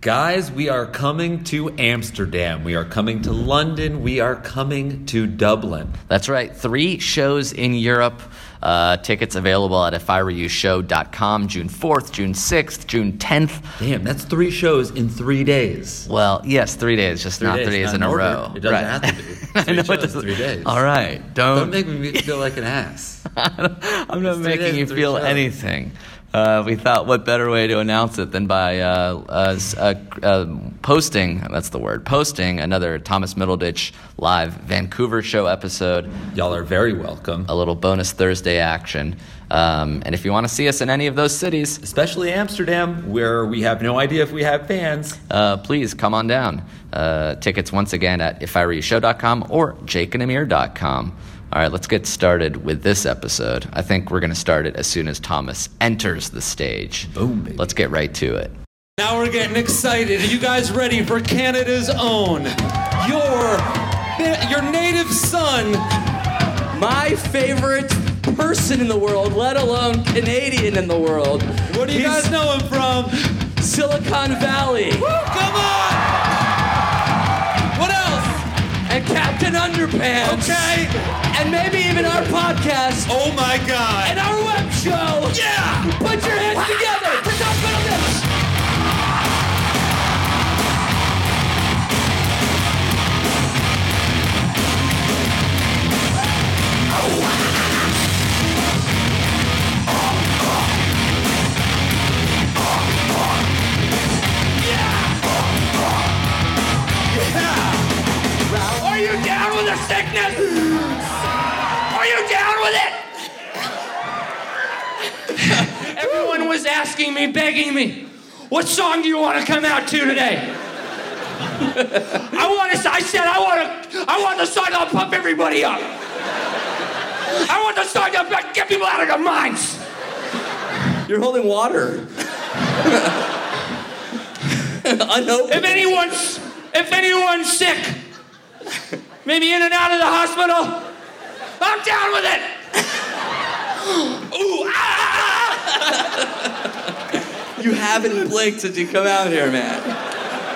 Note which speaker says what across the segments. Speaker 1: Guys, we are coming to Amsterdam. We are coming to London. We are coming to Dublin.
Speaker 2: That's right. Three shows in Europe. Uh, tickets available at ifiwereyoushow.com June 4th, June 6th, June 10th.
Speaker 1: Damn, that's three shows in three days.
Speaker 2: Well, yes, three days, just not three days
Speaker 1: not
Speaker 2: in a
Speaker 1: order.
Speaker 2: row.
Speaker 1: It doesn't
Speaker 2: Right.
Speaker 1: have to be. Three
Speaker 2: I know it
Speaker 1: shows,
Speaker 2: doesn't-
Speaker 1: three days.
Speaker 2: All right.
Speaker 1: Don't
Speaker 2: Don't,
Speaker 1: make me feel like an ass.
Speaker 2: I'm not
Speaker 1: It's three
Speaker 2: making
Speaker 1: days,
Speaker 2: you
Speaker 1: three
Speaker 2: feel
Speaker 1: shows.
Speaker 2: anything. Uh, we thought, what better way to announce it than by uh, uh, s- uh, uh, posting, that's the word, posting another Thomas Middleditch live Vancouver show episode,
Speaker 1: Y'all are very welcome,
Speaker 2: a little bonus Thursday action. Um, and if you want to see us in any of those cities,
Speaker 1: especially Amsterdam, where we have no idea if we have fans.
Speaker 2: uh, please come on down. Uh, tickets once again at ifiwereyoushow.com or jakeandamir.com. All right, let's get started with this episode. I think we're going to start it as soon as Thomas enters the stage.
Speaker 1: Boom, baby.
Speaker 2: Let's get right to it.
Speaker 3: Now we're getting excited. Are you guys ready for Canada's own, your your native son,
Speaker 4: my favorite person in the world, let alone Canadian in the world.
Speaker 3: What do you
Speaker 4: He's
Speaker 3: guys know him from?
Speaker 4: Silicon Valley
Speaker 3: Come on! What else?
Speaker 4: and Captain Underpants.
Speaker 3: Okay.
Speaker 4: And maybe even our podcast
Speaker 3: Oh my
Speaker 4: and
Speaker 3: god!
Speaker 4: our web show.
Speaker 3: Yeah!
Speaker 4: Put your hands together for Tom Middleditch.
Speaker 3: Are you down with the sickness? Are you down with it? Everyone was asking me, begging me, what song do you want to come out to today? I want to. I said I want to. I want the song that'll pump everybody up. I want the song that'll get people out of their minds.
Speaker 4: You're holding water. Unopened.
Speaker 3: If anyone's, if anyone's sick, maybe in and out of the hospital, I'm down with it. Ooh, ah!
Speaker 4: You haven't blinked since you come out here, man.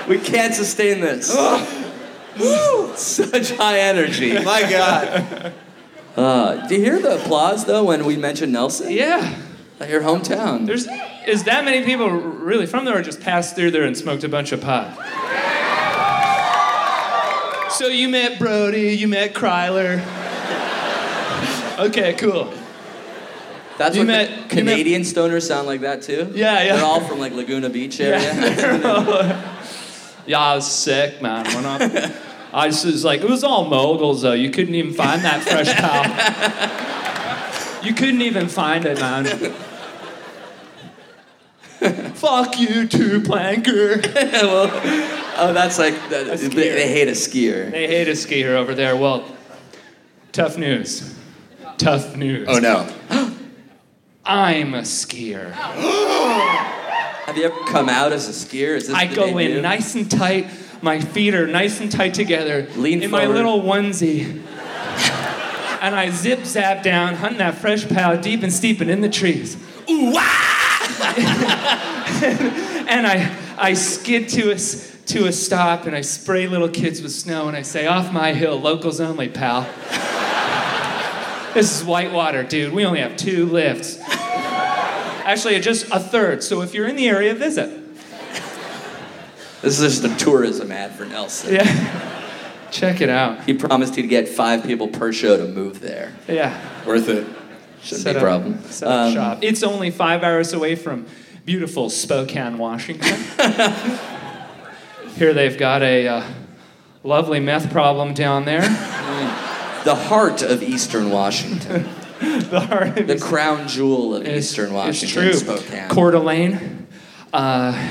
Speaker 4: We can't sustain this. Woo! Such high energy. My God. Uh, do you hear the applause though when we mention Nelson?
Speaker 5: Yeah.
Speaker 4: Like, Your hometown.
Speaker 5: There's is that many people really from there or just passed through there and smoked a bunch of pot? So you met Brody, you met Kryler. Okay, cool.
Speaker 4: That's
Speaker 5: you
Speaker 4: what
Speaker 5: met-
Speaker 4: the
Speaker 5: you
Speaker 4: Canadian stoners sound like that too.
Speaker 5: Yeah, yeah.
Speaker 4: They're all from like Laguna Beach area.
Speaker 5: Yeah, I was sick, man. When I, I just was like, it was all moguls though. You couldn't even find that fresh towel. You couldn't even find it, man. Fuck you, two planker.
Speaker 4: oh, that's like that, they, they hate a skier.
Speaker 5: They hate a skier over there. Well, tough news. Tough news.
Speaker 4: Oh no.
Speaker 5: I'm a skier.
Speaker 4: Have you ever come out as a skier? Is this
Speaker 5: I
Speaker 4: the
Speaker 5: go in
Speaker 4: debut?
Speaker 5: nice and tight. My feet are nice and tight together.
Speaker 4: Lean
Speaker 5: in my
Speaker 4: forward.
Speaker 5: little onesie. and I zip zap down, hunting that fresh pow deep and steep and in the trees. Ooh, wah! and I, I skid to a, s- to a stop and I spray little kids with snow and I say, Off my hill, locals only, pal. this is whitewater, dude. We only have two lifts. Actually, just a third. So if you're in the area, visit.
Speaker 6: This is just a tourism ad for Nelson.
Speaker 5: Yeah. Check it out.
Speaker 6: He promised he'd get five people per show to move there.
Speaker 5: Yeah.
Speaker 6: Worth it. Shouldn't
Speaker 5: Set
Speaker 6: be a
Speaker 5: up-
Speaker 6: problem.
Speaker 5: Set up
Speaker 6: Um,
Speaker 5: shop. It's only five hours away from beautiful Spokane, Washington. Here they've got a uh, lovely meth problem down there.
Speaker 6: The heart of Eastern Washington.
Speaker 5: the heart of
Speaker 6: the crown jewel of
Speaker 5: It's-
Speaker 6: Eastern Washington.
Speaker 5: It's true.
Speaker 6: Spokane.
Speaker 5: Coeur d'Alene. Uh,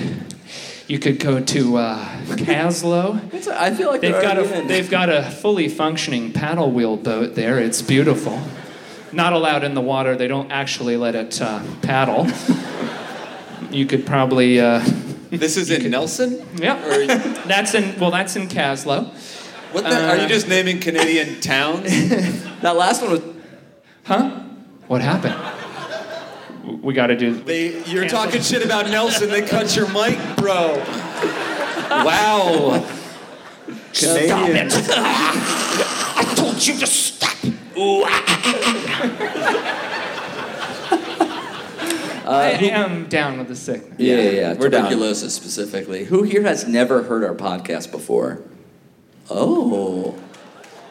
Speaker 5: you could go to uh, Caslow.
Speaker 6: It's- I feel like
Speaker 5: They've
Speaker 6: they're
Speaker 5: got a
Speaker 6: already in.
Speaker 5: they've got a fully functioning paddle wheel boat there. It's beautiful. Not allowed in the water. They don't actually let it uh, paddle. you could probably uh,
Speaker 7: This is in Nelson? Or-
Speaker 5: yeah. that's in well that's in Caslow.
Speaker 7: What the, are you just naming Canadian towns?
Speaker 6: That last one was.
Speaker 5: Huh? What happened? W- We got to do.
Speaker 7: They, you're talking shit about Nelson. They cut your mic, bro. Wow. Canadian.
Speaker 8: I told you to stop. Ooh, ah.
Speaker 5: I am down with the sickness.
Speaker 6: Yeah, yeah, yeah.
Speaker 7: We're down.
Speaker 6: Tuberculosis specifically. Who here has never heard our podcast before? Oh.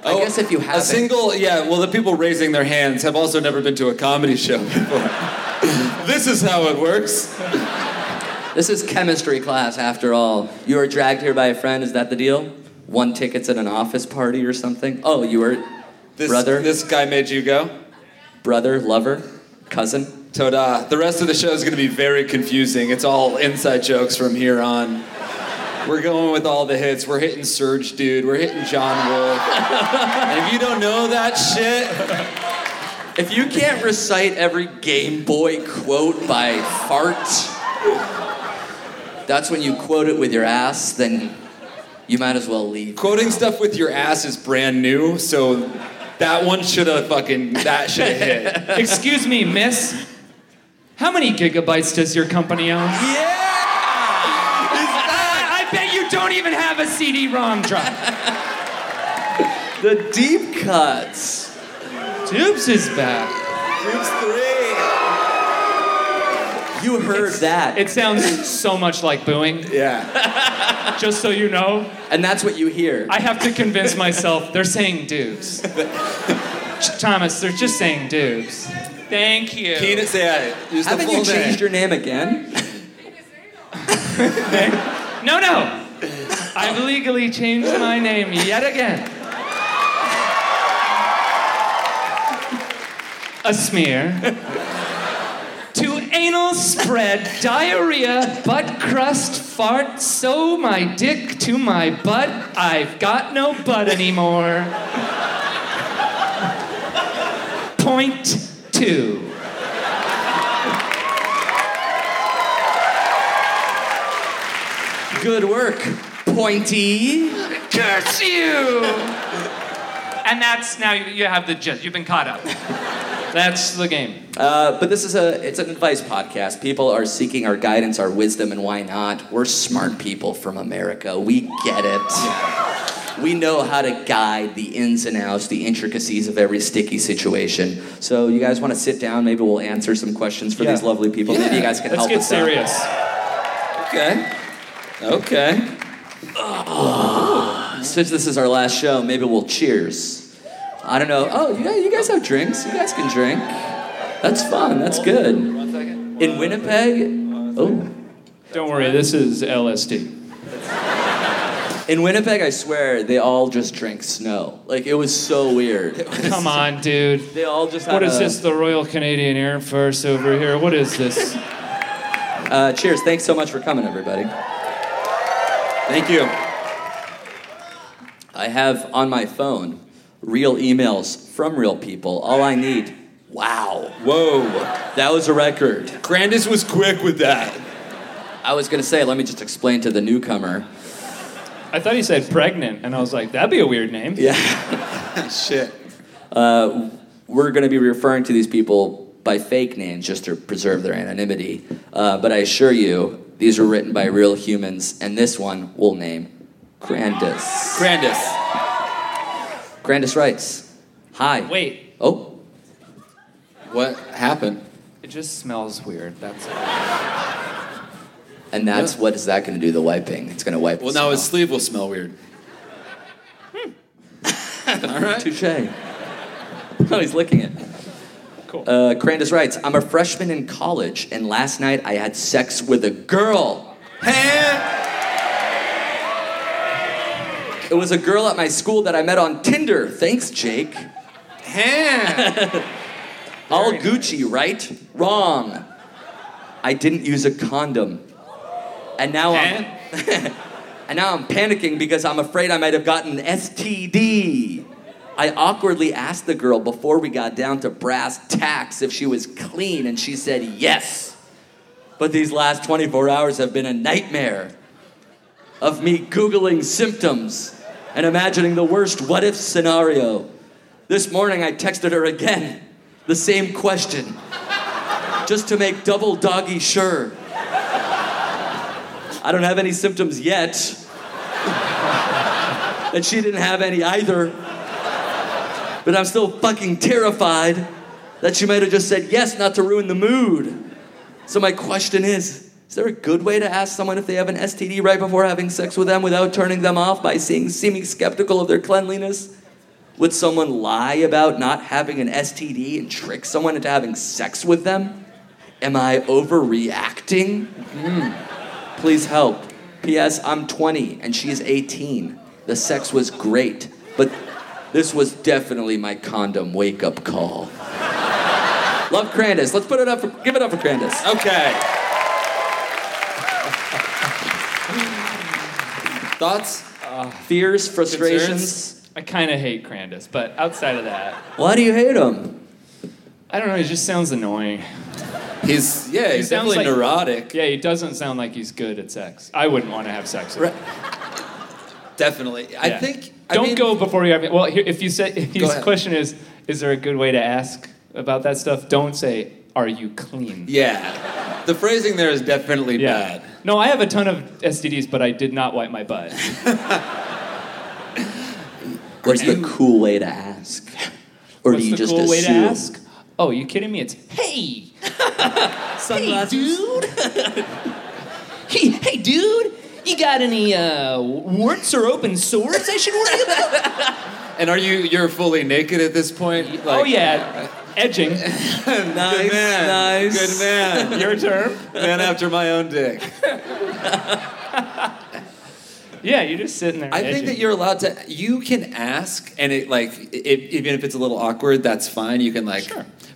Speaker 6: I guess if you
Speaker 7: A
Speaker 6: haven't.
Speaker 7: single, yeah. Well, the people raising their hands have also never been to a comedy show before. this is how it works.
Speaker 6: This is chemistry class, after all. You were dragged here by a friend. Is that the deal? One ticket's at an office party or something. Oh, you were
Speaker 7: This,
Speaker 6: brother,
Speaker 7: This guy made you go.
Speaker 6: brother, lover, cousin.
Speaker 7: Toda. The rest of the show is going to be very confusing. It's all inside jokes from here on. We're going with all the hits. We're hitting Surge Dude. We're hitting John Wolf. and if you don't know that shit,
Speaker 6: If you can't recite every Game Boy quote by fart, that's when you quote it with your ass. Then you might as well leave.
Speaker 7: quoting stuff with your ass is brand new, so that one should have fucking, that should have hit.
Speaker 5: Excuse me, miss. How many gigabytes does your company own? I, I bet you don't even have a CD-ROM drive.
Speaker 6: The deep cuts.
Speaker 5: Tubes is back.
Speaker 7: Groups three.
Speaker 6: You heard that,
Speaker 5: It sounds so much like booing.
Speaker 7: Yeah.
Speaker 5: Just so you know,
Speaker 6: and that's what you hear.
Speaker 5: I have to convince myself they're saying dubs. Thomas, they're just saying dubs. Thank you.
Speaker 7: Penis, yeah. Use the
Speaker 6: Haven't
Speaker 7: full
Speaker 6: you
Speaker 7: name.
Speaker 6: changed your name again?
Speaker 5: No, no. I've legally changed my name yet again. A smear. to anal spread, diarrhea, butt crust, fart, sew my dick to my butt. I've got no butt anymore. Point two.
Speaker 6: Good work, pointy.
Speaker 5: curse you! and that's now you you have the gist. You've been caught up. That's the game.
Speaker 6: Uh, but this is a it's an advice podcast. People are seeking our guidance, our wisdom, and why not? We're smart people from America. We get it. We know how to guide the ins and outs, the intricacies of every sticky situation. So you guys want to sit down? Maybe we'll answer some questions for these lovely people. Maybe you guys can
Speaker 5: Let's
Speaker 6: help
Speaker 5: get
Speaker 6: us
Speaker 5: serious.
Speaker 7: Okay. Okay.
Speaker 6: out. Since this is our last show, maybe we'll cheers. I don't know. Oh, you guys, you guys have drinks. You guys can drink. That's fun. That's good. In Winnipeg. Oh.
Speaker 5: Don't worry, this is LSD.
Speaker 6: In Winnipeg, I swear, they all just drank snow. Like, it was so weird.
Speaker 5: Come on, dude.
Speaker 6: They all just had
Speaker 5: What is
Speaker 6: a-
Speaker 5: this? The Royal Canadian Air Force over here? What is this?
Speaker 6: Uh, cheers. Thanks so much for coming, everybody.
Speaker 7: Thank you.
Speaker 6: I have on my phone real emails from real people. All I need. Wow.
Speaker 7: Whoa.
Speaker 6: That was a record.
Speaker 7: Grandis was quick with that.
Speaker 6: I was going to say, let me just explain to the newcomer.
Speaker 5: I thought he said pregnant, and I was like, that'd be a weird name.
Speaker 7: Shit.
Speaker 6: We're going to be referring to these people
Speaker 7: by fake names just to preserve their anonymity. Uh, but I assure you, these were written by real humans, and this one we'll name Grandis.
Speaker 9: Grandis.
Speaker 7: Grandis writes, Hi.
Speaker 5: Wait.
Speaker 7: Oh.
Speaker 1: What happened?
Speaker 5: It just smells weird. That's
Speaker 7: And that's what is that going to do? The wiping. It's going to wipe.
Speaker 1: Well, now his sleeve will smell weird.
Speaker 7: All right. Touche. Oh, he's licking it. Cool. Uh, Crandis writes, I'm a freshman in college, and last night I had sex with a girl. it was a girl at my school that I met on Tinder. Thanks, Jake. All Gucci, right? Wrong. I didn't use a condom. And now I'm and now I'm panicking because I'm afraid I might have gotten STD. I awkwardly asked the girl before we got down to brass tacks if she was clean and she said yes. But these last 24 hours have been a nightmare of me googling symptoms and imagining the worst what if scenario. This morning I texted her again, the same question, just to make double doggy sure. I don't have any symptoms yet. and she didn't have any either. But I'm still fucking terrified that she might have just said yes not to ruin the mood. So my question is is there a good way to ask someone if they have an STD right before having sex with them without turning them off by seeing, seeming skeptical of their cleanliness? Would someone lie about not having an STD and trick someone into having sex with them? Am I overreacting? Hmm. Please help. P.S. I'm 20 and she's 18. The sex was great, but this was definitely my condom wake up call. Love Crandis. Let's put it up. For, give it up for Crandis.
Speaker 1: Okay. Thoughts?
Speaker 7: Fears, frustrations.
Speaker 5: I kind of hate Crandis, but outside of that,
Speaker 7: Why do you hate him?
Speaker 5: I don't know. He just sounds annoying.
Speaker 1: He's yeah, he's
Speaker 5: sounds
Speaker 1: definitely
Speaker 5: like-
Speaker 1: neurotic.
Speaker 5: Yeah, he doesn't sound like he's good at sex. I wouldn't want to have sex with him.
Speaker 1: Definitely. I
Speaker 5: Yeah.
Speaker 1: think
Speaker 5: Don't
Speaker 1: I mean,
Speaker 5: go before you have. Well, here, if you say if his
Speaker 1: ahead.
Speaker 5: question is, is there a good way to ask about that stuff? Don't say, are you clean?
Speaker 1: Yeah. The phrasing there is definitely bad.
Speaker 5: No, I have a ton of STDs, but I did not wipe my butt.
Speaker 7: What's the cool way to ask? Or
Speaker 5: What's
Speaker 7: do
Speaker 5: the
Speaker 7: you just
Speaker 5: cool
Speaker 7: assume?
Speaker 5: way to ask? Oh, you kidding me? It's hey,
Speaker 7: Sunglasses.
Speaker 5: hey, hey, dude. You got any uh, warts or open sores I should worry about?
Speaker 1: And are you you're fully naked at this point?
Speaker 5: oh yeah, edging.
Speaker 7: Nice,
Speaker 1: Good man.
Speaker 7: nice.
Speaker 1: Good man.
Speaker 5: Your term.
Speaker 1: man after my own dick.
Speaker 5: Yeah, you're just sitting there.
Speaker 1: I think that you're allowed to. You can ask, and it like it, even if it's a little awkward, that's fine. You can like.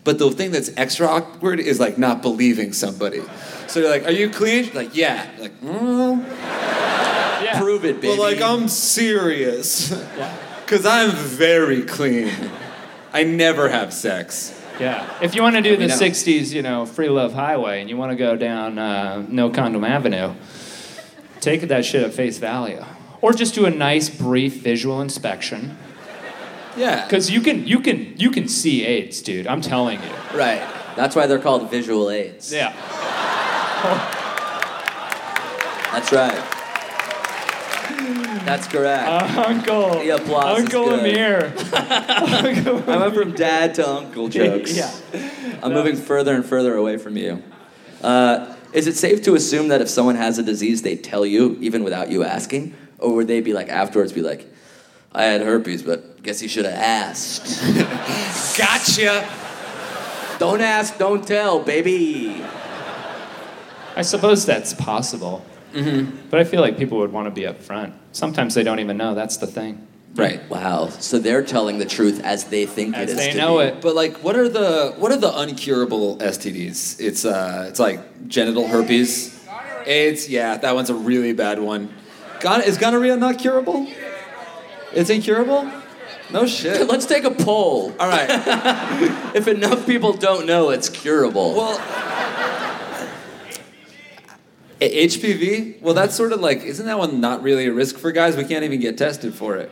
Speaker 1: But the thing that's extra awkward is like not believing somebody. So you're like, "Are you clean?" Like, "Yeah." Like, mm.
Speaker 5: Yeah.
Speaker 7: Prove it, baby.
Speaker 1: well, like I'm serious, because I'm very clean. I never have sex.
Speaker 5: Yeah. If you want to do the
Speaker 1: know.
Speaker 5: 60s, you know, free love highway and you want to go down uh, no condom avenue, take that shit at face value. Or just do a nice brief visual inspection
Speaker 1: Yeah.
Speaker 5: cuz you can you can you can see AIDS, dude. I'm telling you.
Speaker 1: Right.
Speaker 7: That's why they're called visual aids.
Speaker 5: Yeah.
Speaker 7: That's right. That's correct.
Speaker 5: Uncle.
Speaker 7: The applause is
Speaker 5: Uncle
Speaker 7: good.
Speaker 5: Amir.
Speaker 7: I went from dad to uncle jokes.
Speaker 5: Yeah.
Speaker 7: I'm moving further and further away from you. Uh, is it safe to assume that if someone has a disease, they tell you even without you asking, or would they be like afterwards, be like, "I had herpes, but guess you should have asked."
Speaker 1: Gotcha.
Speaker 7: don't ask, don't tell, baby.
Speaker 5: I suppose that's possible.
Speaker 7: Mm-hmm.
Speaker 5: But I feel like people would want to be upfront. Sometimes they don't even know. That's the thing.
Speaker 1: Right.
Speaker 7: Wow. So they're telling the truth as they think it
Speaker 5: As
Speaker 7: is.
Speaker 5: they
Speaker 7: to
Speaker 5: know
Speaker 7: be.
Speaker 5: it.
Speaker 1: But like, what are the what are the uncurable STDs? It's uh, it's like genital herpes, AIDS. Yeah, that one's a really bad one. Gon- is gonorrhea not curable? It's incurable. No shit.
Speaker 7: Let's take a poll.
Speaker 1: All right.
Speaker 7: If enough people don't know, it's curable.
Speaker 1: Well. A- HPV? Well, that's sort of like, isn't that one not really a risk for guys? We can't even get tested for it.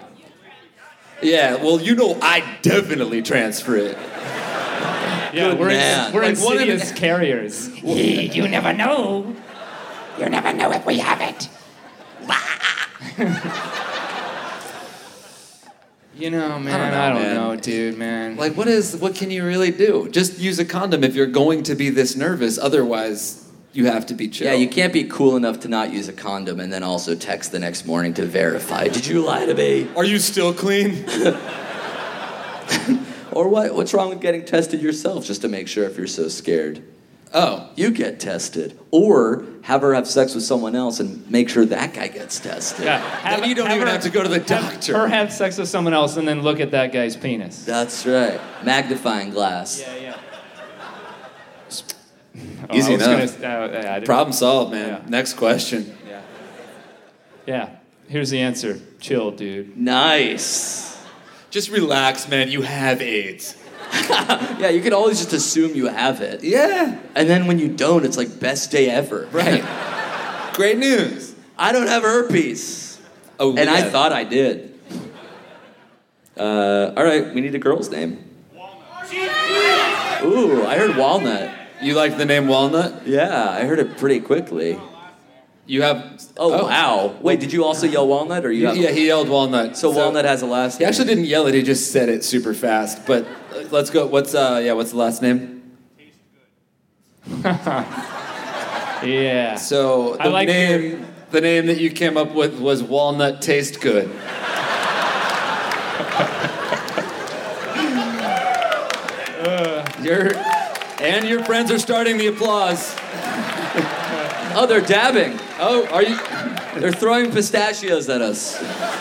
Speaker 1: Yeah, well, you know, I definitely transfer it.
Speaker 5: Yeah,
Speaker 7: Good
Speaker 5: we're,
Speaker 7: man.
Speaker 5: in, we're
Speaker 7: Like, what if-
Speaker 5: insidious carriers. you never know. You never know if we have it. You know, man, I don't know, dude, man.
Speaker 2: Like, what is? What can you really do? Just use a condom if you're going to be this nervous. Otherwise, you have to be chill.
Speaker 7: Yeah, you can't be cool enough to not use a condom and then also text the next morning to verify. Did you lie to me?
Speaker 2: Are you still clean?
Speaker 7: or what? What's wrong with getting tested yourself just to make sure if you're so scared?
Speaker 2: Oh,
Speaker 7: you get tested, or have her have sex with someone else and make sure that guy gets tested.
Speaker 5: Yeah, have-
Speaker 2: you don't
Speaker 5: have
Speaker 2: even
Speaker 5: her-
Speaker 2: have to go to the
Speaker 5: have
Speaker 2: doctor.
Speaker 5: Her have sex with someone else and then look at that guy's penis.
Speaker 7: That's right. Magnifying glass.
Speaker 5: Yeah, yeah.
Speaker 2: Easy
Speaker 5: uh,
Speaker 2: enough. Problem
Speaker 5: Problem.
Speaker 2: solved, man. Next question.
Speaker 5: Yeah. Here's the answer. Chill, dude.
Speaker 7: Nice.
Speaker 2: Just relax, man. You have AIDS.
Speaker 7: Yeah, you could always just assume you have it.
Speaker 2: Yeah.
Speaker 7: And then when you don't, it's like best day ever.
Speaker 2: Right. Great news.
Speaker 7: I don't have herpes.
Speaker 2: Oh,
Speaker 7: And I
Speaker 2: yeah.
Speaker 7: thought I did. Uh, all right, we need a girl's name. Ooh, I heard walnut.
Speaker 2: you like the name Walnut.
Speaker 7: Yeah, I heard it pretty quickly.
Speaker 2: You have.
Speaker 7: Oh, wow. Wait, did you also yell walnut or you?
Speaker 2: Yeah,
Speaker 7: have-
Speaker 2: yeah, he yelled Walnut.
Speaker 7: So, walnut has a last.
Speaker 2: He
Speaker 7: name.
Speaker 2: actually didn't yell it. He just said it super fast. But uh, let's go. What's uh? Yeah. What's the last name?
Speaker 5: Yeah.
Speaker 2: So
Speaker 5: I
Speaker 2: the
Speaker 5: like
Speaker 2: name.
Speaker 5: your-
Speaker 2: The name that you came up with was Walnut Taste Good. Your and your friends are starting the applause.
Speaker 7: Oh, they're dabbing.
Speaker 2: Oh, are you?
Speaker 7: They're throwing pistachios at us.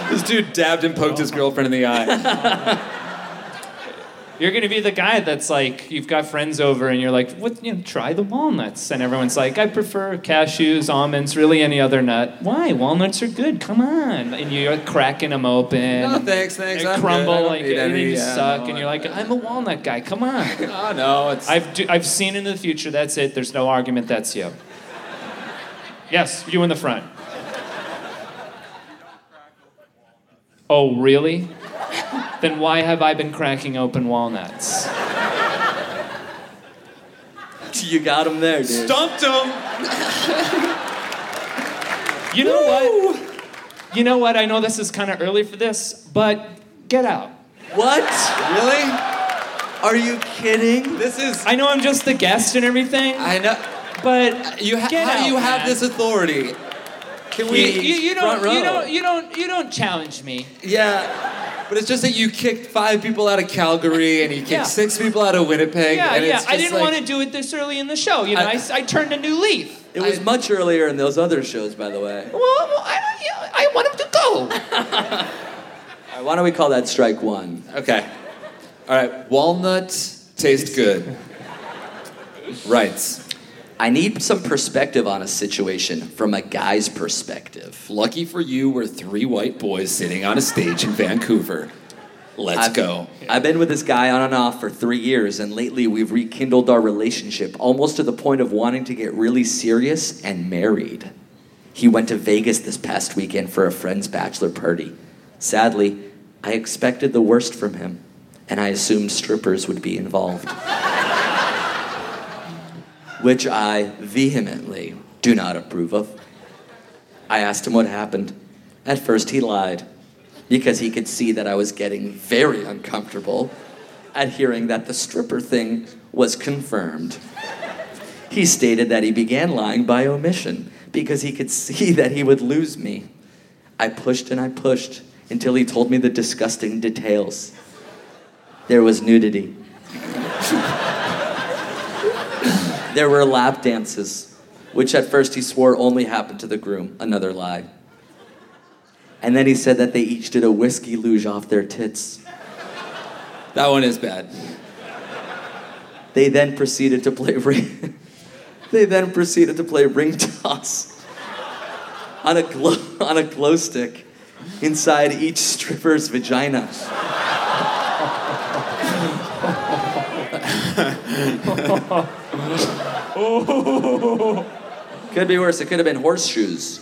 Speaker 2: This dude dabbed and poked his girlfriend in the eye.
Speaker 5: You're gonna be the guy that's like, you've got friends over and you're like, what? You know, try the walnuts, and everyone's like, I prefer cashews, almonds, really any other nut. Why? Walnuts are good. Come on. And you're cracking them open.
Speaker 2: No, thanks, thanks,
Speaker 5: They
Speaker 2: I'm good.
Speaker 5: crumble
Speaker 2: I don't
Speaker 5: like
Speaker 2: need
Speaker 5: and they
Speaker 2: any, uh,
Speaker 5: just
Speaker 2: yeah,
Speaker 5: suck,
Speaker 2: no,
Speaker 5: and you're like, I'm a walnut guy. Come on.
Speaker 2: oh no, it's
Speaker 5: I've do, I've seen into the future. That's it. There's no argument. That's you. Yes, you in the front. Oh, really? Then why have I been cracking open walnuts?
Speaker 7: You got them there, dude.
Speaker 2: dumped him.
Speaker 5: You know what? You know what? I know this is kind of early for this, but get out.
Speaker 7: What?
Speaker 2: Really?
Speaker 7: Are you kidding?
Speaker 2: This is.
Speaker 5: I know I'm just the guest and everything,
Speaker 2: I know.
Speaker 5: but
Speaker 2: You ha-
Speaker 5: Get
Speaker 2: how do
Speaker 5: out,
Speaker 2: you have
Speaker 5: man.
Speaker 2: this authority? Can
Speaker 5: you,
Speaker 2: we?
Speaker 5: you, you don't,
Speaker 7: front row.
Speaker 5: you don't, you don't, you don't challenge me.
Speaker 2: yeah, but it's just that you kicked five people out of Calgary and you kicked
Speaker 5: Yeah.
Speaker 2: six people out of Winnipeg.
Speaker 5: Yeah,
Speaker 2: and
Speaker 5: yeah.
Speaker 2: It's
Speaker 5: I
Speaker 2: just
Speaker 5: didn't
Speaker 2: like,
Speaker 5: want to do it this early in the show. You know,
Speaker 2: I-
Speaker 5: I, s- I turned a new leaf.
Speaker 7: It was much earlier in those other shows, by the way.
Speaker 5: Well, well, I, don't- you know, I want him to go.
Speaker 7: All right, why don't we call that strike one?
Speaker 2: Okay. All right. Walnut taste good. Rights.
Speaker 7: I need some perspective on a situation from a guy's perspective.
Speaker 2: Lucky for you, we're three white boys sitting on a stage in Vancouver. Let's
Speaker 7: I've-
Speaker 2: go.
Speaker 7: I've been with this guy on and off for three years, and lately we've rekindled our relationship almost to the point of wanting to get really serious and married. He went to Vegas this past weekend for a friend's bachelor party. Sadly, I expected the worst from him, and I assumed strippers would be involved. Which I vehemently do not approve of. I asked him what happened. At first, he lied because he could see that I was getting very uncomfortable at hearing that the stripper thing was confirmed. He stated that he began lying by omission because he could see that he would lose me. I pushed and I pushed until he told me the disgusting details. There was nudity. there were lap dances, which at first he swore only happened to the groom. Another lie. And then he said that they each did a whiskey luge off their tits.
Speaker 2: That one is bad.
Speaker 7: They then proceeded to play ring. they then proceeded to play ring toss on a glow on a glow stick inside each stripper's vagina. could be worse. It could have been horseshoes.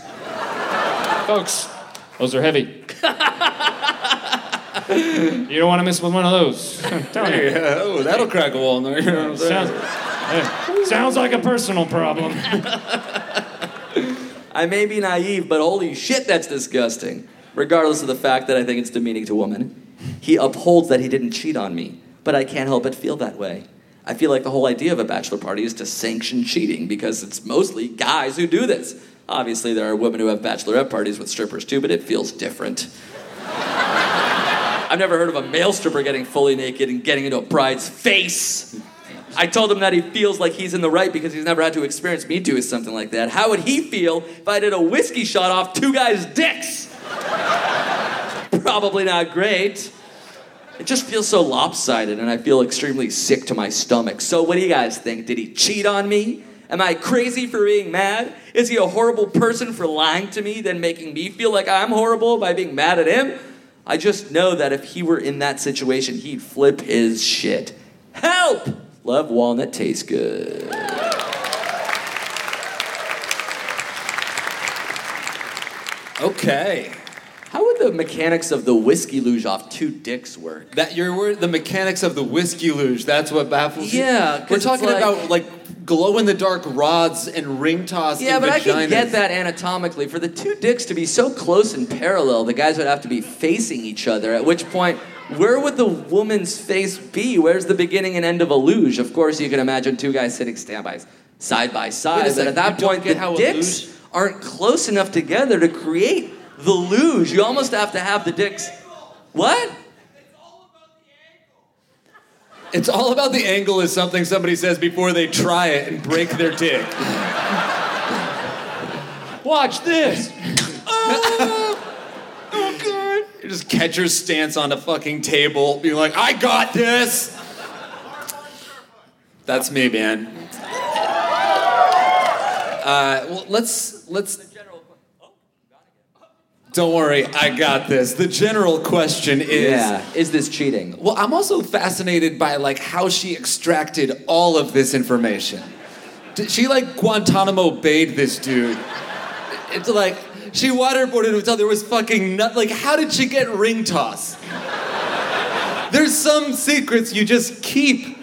Speaker 5: Folks, those are heavy.
Speaker 1: You don't want to mess with one of those. I'm telling you.
Speaker 5: Yeah, oh, that'll crack a walnut. You know what I'm saying?
Speaker 1: Sounds, eh, sounds like a personal problem.
Speaker 7: I may be naive, but holy shit, that's disgusting. Regardless of the fact that I think it's demeaning to women, he upholds that he didn't cheat on me, but I can't help but feel that way. I feel like the whole idea of a bachelor party is to sanction cheating because it's mostly guys who do this. Obviously, there are women who have bachelorette parties with strippers too, but it feels different. I've never heard of a male stripper getting fully naked and getting into a bride's face. I told him that he feels like he's in the right because he's never had to experience me doing something like that. How would he feel if I did a whiskey shot off two guys' dicks? Probably not great. It just feels so lopsided, and I feel extremely sick to my stomach. So, what do you guys think? Did he cheat on me? Am I crazy for being mad? Is he a horrible person for lying to me, then making me feel like I'm horrible by being mad at him? I just know that if he were in that situation, he'd flip his shit. Help! Love walnut tastes good.
Speaker 5: Okay.
Speaker 7: How would the mechanics of the whiskey luge off two dicks work?
Speaker 5: That you're wor- the mechanics of the whiskey luge. That's what baffles you.
Speaker 7: Yeah, 'cause
Speaker 5: we're
Speaker 7: it's
Speaker 5: talking
Speaker 7: like-
Speaker 5: about like glow in the dark rods and ring toss.
Speaker 7: Yeah,
Speaker 5: in
Speaker 7: but I
Speaker 5: vaginas.
Speaker 7: can get that anatomically. For the two dicks to be so close and parallel, the guys would have to be facing each other, at which point, where would the woman's face be? Where's the beginning and end of a luge? Of course, you can imagine two guys sitting stand by, side by side, but
Speaker 5: second,
Speaker 7: at that
Speaker 5: you don't
Speaker 7: point,
Speaker 5: get
Speaker 7: the
Speaker 5: how a
Speaker 7: dicks
Speaker 5: luge-
Speaker 7: aren't close enough together to create the luge. You almost have to have the dicks. What?
Speaker 5: It's all about the angle. Is something somebody says before they try it and break their dick.
Speaker 1: Watch this.
Speaker 5: You just catch your stance on a fucking table, being like, "I got this." That's me, man. Uh, well, let's let's. Don't worry, I got this. The general question is.
Speaker 10: Uh,
Speaker 7: yeah. Is this cheating?
Speaker 5: Well, I'm also fascinated by like how she extracted all of this information. Did she like Guantanamo Bayed this dude? It's like she waterboarded him until there was fucking nut. Like, how did she get ring toss? There's some secrets you just keep.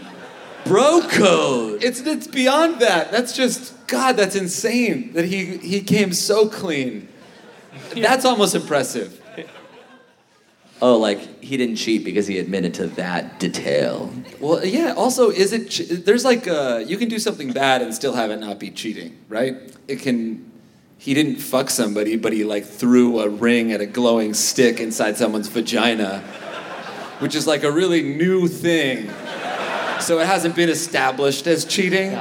Speaker 7: Bro code.
Speaker 5: It's it's beyond that. That's just God. That's insane that he he came so clean. That's almost impressive.
Speaker 7: Oh, like he didn't cheat because he admitted to that detail.
Speaker 5: Well, yeah. Also, is it che- there's like uh, you can do something bad and still have it not be cheating, right? It can. He didn't fuck somebody, but he like threw a ring at a glowing stick inside someone's vagina, which is like a really new thing. So it hasn't been established as cheating,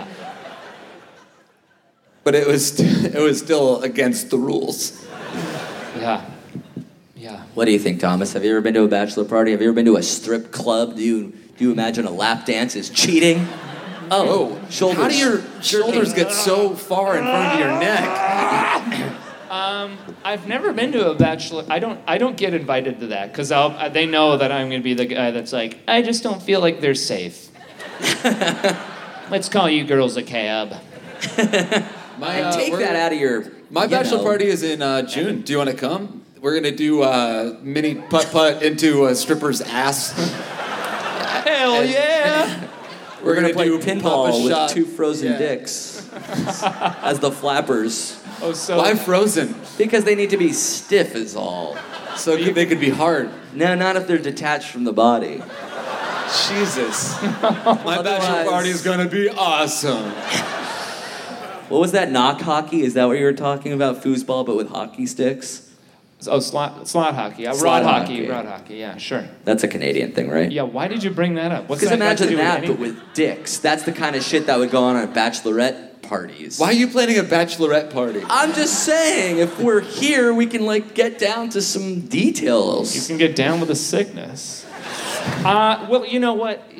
Speaker 5: but it was it was still against the rules.
Speaker 1: Yeah. Yeah.
Speaker 7: What do you think, Thomas? Have you ever been to a bachelor party? Have you ever been to a strip club? Do you do you imagine a lap dance is cheating? Oh, shoulders.
Speaker 5: How do your shoulders get so far in front of your neck?
Speaker 1: I've never been to a bachelor. I don't. I don't get invited to that because I'll. uh, They know that I'm going to be the guy that's like, I just don't feel like they're safe. Let's call you girls a cab.
Speaker 5: My,
Speaker 7: And
Speaker 5: uh,
Speaker 7: take
Speaker 5: we're-
Speaker 7: that out of your.
Speaker 5: My
Speaker 7: you
Speaker 5: bachelor
Speaker 7: know.
Speaker 5: party is in uh, June. Do you want to come? We're gonna do uh, mini putt putt into a stripper's ass.
Speaker 1: Hell yeah!
Speaker 7: We're gonna, play
Speaker 5: do
Speaker 7: pinball
Speaker 5: Papa
Speaker 7: with
Speaker 5: Shot.
Speaker 7: two frozen
Speaker 5: Yeah.
Speaker 7: dicks as the flappers
Speaker 1: Oh, so
Speaker 5: Why frozen?
Speaker 7: because they need to be stiff is all.
Speaker 5: So could, they could be hard.
Speaker 7: No, not if they're detached from the body.
Speaker 5: Jesus. My bachelor
Speaker 7: Otherwise-
Speaker 5: party is gonna be awesome.
Speaker 7: What was that knock hockey? Is that what you were talking about? Foosball, but with hockey sticks.
Speaker 1: oh slot slot hockey. Uh,
Speaker 7: Slot
Speaker 1: rod hockey.
Speaker 7: hockey.
Speaker 1: Rod hockey. Yeah, sure.
Speaker 7: That's a Canadian thing, right?
Speaker 1: Yeah. Why did you bring that up? What's
Speaker 7: Because
Speaker 1: that got to do
Speaker 7: imagine
Speaker 1: with
Speaker 7: that, but
Speaker 1: anything?
Speaker 7: with dicks. That's the kind of shit that would go on at bachelorette parties.
Speaker 5: Why are you planning a bachelorette party?
Speaker 7: I'm just saying, if we're here, we can like get down to some
Speaker 1: You
Speaker 7: details.
Speaker 1: can get down with a sickness. Uh, well, you know what?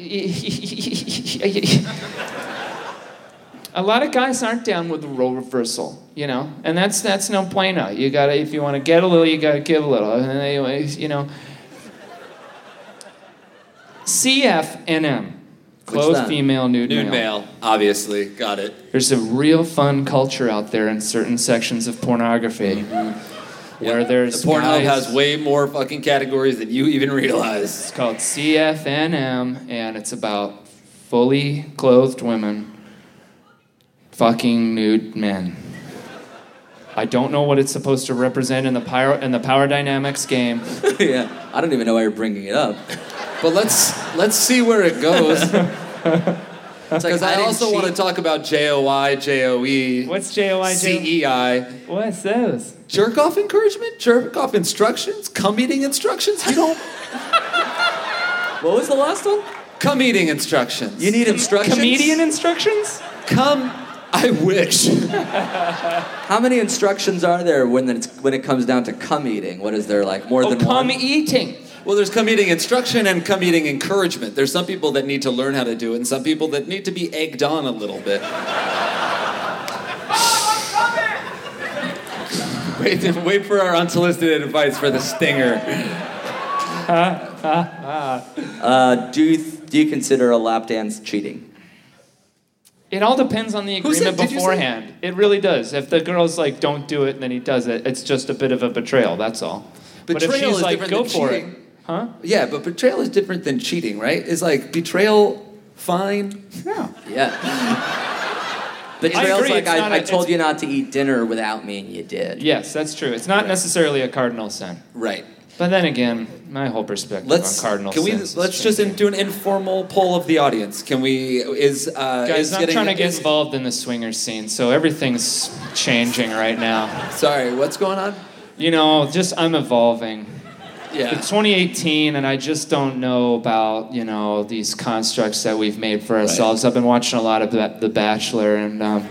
Speaker 1: a lot of guys aren't down with the role reversal, you know, and that's that's no bueno. You gotta, if you want to get a little, you gotta give a little. And anyway, you know, CFNM, closed
Speaker 7: that?
Speaker 1: female nude,
Speaker 5: Nude
Speaker 1: male.
Speaker 5: male, obviously. Got it.
Speaker 1: There's a real fun culture out there in certain sections of pornography.
Speaker 7: where there's
Speaker 5: The Pornhub
Speaker 7: guys-
Speaker 5: has way more fucking categories than you even realize.
Speaker 7: It's called CFNM, and it's about fully clothed women fucking nude men. I don't know what it's supposed to represent in the pyro in the power dynamics game.
Speaker 10: yeah, I don't even know why you're bringing it up.
Speaker 5: But let's let's see where it goes. Because
Speaker 10: I
Speaker 5: I,
Speaker 10: didn't
Speaker 5: also want to
Speaker 10: cheat.
Speaker 5: talk about JOI, JOE.
Speaker 7: What's JOI?
Speaker 5: CEI.
Speaker 7: What's those?
Speaker 5: E Jerk off encouragement? Jerk off instructions? Cum eating instructions? You don't.
Speaker 10: What was the last one?
Speaker 5: Cum eating instructions.
Speaker 10: You need instructions.
Speaker 7: Comedian instructions?
Speaker 5: Cum. I wish.
Speaker 10: How many instructions are there when it's when it comes down to cum eating? What is there like more
Speaker 7: Oh,
Speaker 10: than
Speaker 7: come
Speaker 10: one?
Speaker 7: eating.
Speaker 5: Well, there's cum eating instruction and cum eating encouragement. There's some people that need to learn how to do it, and some people that need to be egged on a little bit. wait, wait for our unsolicited advice for the stinger.
Speaker 7: e-
Speaker 10: Uh, do you do you consider a lap dance cheating?
Speaker 7: It all depends on the
Speaker 5: Who said-
Speaker 7: agreement
Speaker 5: did you say-
Speaker 7: beforehand. It really does. If the girl's like, "Don't do it," and then he does it, it's just a bit of a betrayal. That's all. but if
Speaker 5: Betrayal
Speaker 7: she's
Speaker 5: is
Speaker 7: like,
Speaker 5: different
Speaker 7: "Go
Speaker 5: than
Speaker 7: for
Speaker 5: cheating."
Speaker 7: it," huh?
Speaker 5: Yeah, but betrayal is different than cheating, right? It's like betrayal, fine.
Speaker 10: Yeah. Betrayal's
Speaker 7: agree,
Speaker 10: like
Speaker 7: it's
Speaker 10: I,
Speaker 7: not a-
Speaker 10: I told
Speaker 7: it's-
Speaker 10: you not to eat dinner without me, and you did.
Speaker 7: Yes, that's true. It's not necessarily a cardinal sin.
Speaker 5: Right.
Speaker 7: But then again, my whole perspective
Speaker 5: Let's
Speaker 7: on cardinal
Speaker 5: can we
Speaker 7: sins. is
Speaker 5: let's just
Speaker 7: changing.
Speaker 5: do an informal poll of the audience. Can we is uh
Speaker 7: Guys,
Speaker 5: is
Speaker 7: I'm
Speaker 5: getting,
Speaker 7: trying to get
Speaker 5: is-
Speaker 7: involved in the swinger scene, so everything's changing right now.
Speaker 5: Sorry, what's going on?
Speaker 7: You know, just I'm evolving.
Speaker 5: Yeah.
Speaker 7: It's 2018, and I just don't know about you know these constructs that we've made for ourselves. I've been watching a lot of Ba- The Bachelor, and um,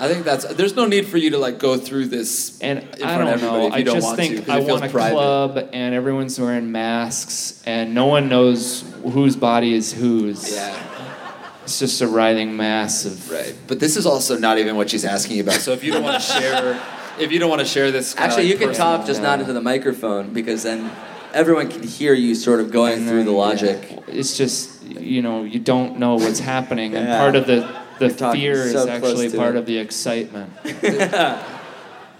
Speaker 5: I think that's there's no need for you to like go through this
Speaker 7: and
Speaker 5: in front
Speaker 7: I
Speaker 5: of
Speaker 7: don't
Speaker 5: everybody
Speaker 7: know.
Speaker 5: if you
Speaker 7: I
Speaker 5: don't
Speaker 7: just
Speaker 5: want to,
Speaker 7: think
Speaker 5: 'cause
Speaker 7: I
Speaker 5: it feels
Speaker 7: want a
Speaker 5: private.
Speaker 7: club, and everyone's wearing masks, and no one knows whose body is whose.
Speaker 5: Yeah,
Speaker 7: It's just a writhing mass of.
Speaker 5: right. But this is also not even what she's asking you about. So if you don't want to share if you don't want to share this kinda,
Speaker 10: Actually,
Speaker 5: like,
Speaker 10: you can
Speaker 5: personal-
Speaker 10: talk just not into the microphone because then everyone can hear you sort of going through the logic.
Speaker 7: It's just you know you don't know what's happening, and
Speaker 10: Yeah.
Speaker 7: part of the the
Speaker 10: You're talking
Speaker 7: fear
Speaker 10: so
Speaker 7: is
Speaker 10: close
Speaker 7: actually
Speaker 10: to
Speaker 7: part
Speaker 10: it.
Speaker 7: of the excitement.
Speaker 5: But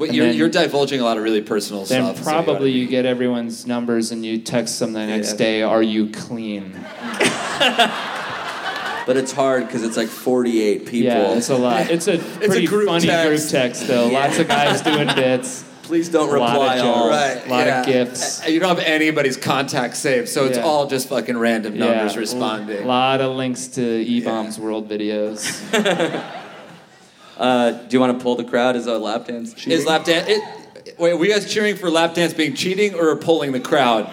Speaker 7: and
Speaker 5: you're,
Speaker 7: then-
Speaker 5: you're divulging a lot of really personal stuff. so
Speaker 7: Then
Speaker 5: you oughta
Speaker 7: probably
Speaker 5: be-
Speaker 7: you get everyone's numbers and you text them the next day. Are you clean?
Speaker 10: But it's hard because it's like 48 people.
Speaker 7: Yeah, it's a lot. It's a pretty
Speaker 5: group
Speaker 7: funny
Speaker 5: text.
Speaker 7: group text though. Lots of guys doing bits.
Speaker 10: Please don't
Speaker 7: A lot of
Speaker 10: reply all.
Speaker 7: jokes.
Speaker 5: Right,
Speaker 7: a lot
Speaker 5: yeah.
Speaker 7: of
Speaker 5: Uh,
Speaker 7: gifts.
Speaker 5: You don't have anybody's contact saved, so it's
Speaker 7: Yeah.
Speaker 5: all just fucking random numbers
Speaker 7: yeah,
Speaker 5: responding.
Speaker 7: A lot of links to E-Bomb's World videos.
Speaker 10: Uh, do you want to pull the crowd as a lap dance? cheating?
Speaker 5: Is lap dance? It, wait, were you guys cheering for lap dance being cheating or pulling the crowd?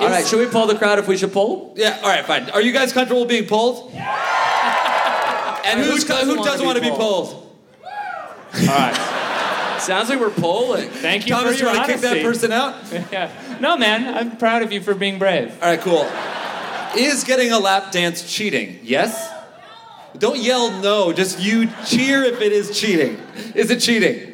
Speaker 10: All right, should we pull the crowd if we should pull?
Speaker 5: Yeah. All right, fine. Are you guys comfortable being pulled? and who's, co- who doesn't want to be pulled?
Speaker 7: All right.
Speaker 10: Sounds like we're polling.
Speaker 7: Thank you
Speaker 5: Thomas,
Speaker 7: for
Speaker 5: you
Speaker 7: your
Speaker 5: want to
Speaker 7: honesty.
Speaker 5: kick that person out?
Speaker 7: yeah. No, man. I'm proud of you for being brave.
Speaker 5: All right, cool. Is getting a lap dance cheating? Yes. Don't yell no. Just you cheer if it is cheating. Is it cheating?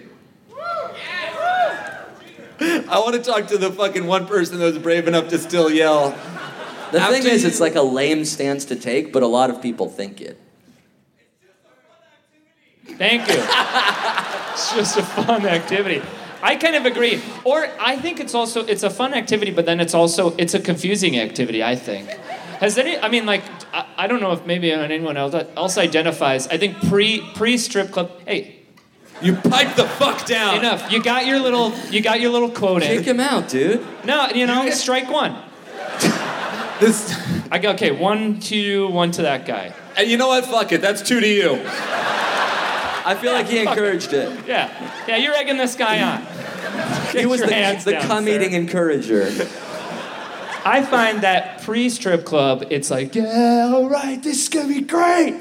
Speaker 5: I want to talk to the fucking one person that was brave enough to still yell.
Speaker 10: The
Speaker 5: After
Speaker 10: thing is,
Speaker 5: you-
Speaker 10: it's like a lame stance to take, but a lot of people think it.
Speaker 7: Thank you. it's just a fun activity. I kind of agree. Or I think it's also it's a fun activity, but then it's also it's a confusing activity. I think. Has any? I mean, like I, I don't know if maybe anyone else else identifies. I think pre pre strip club. Hey,
Speaker 5: You pipe the fuck
Speaker 10: Oh.
Speaker 5: down.
Speaker 7: enough. You got your little you got your little quote
Speaker 10: Kick
Speaker 7: in.
Speaker 10: him out, dude.
Speaker 7: No, you know, strike one.
Speaker 5: This,
Speaker 7: I go okay. One to you, one to that guy.
Speaker 5: and you know what? Fuck it. That's two to you.
Speaker 10: I feel like he encouraged it.
Speaker 7: Yeah, yeah. You're egging this guy on.
Speaker 10: He was
Speaker 7: your
Speaker 10: the,
Speaker 7: hands
Speaker 10: the
Speaker 7: down,
Speaker 10: cum
Speaker 7: sir.
Speaker 10: eating encourager.
Speaker 7: I find that pre strip club, it's like, yeah, all right, this is gonna be great.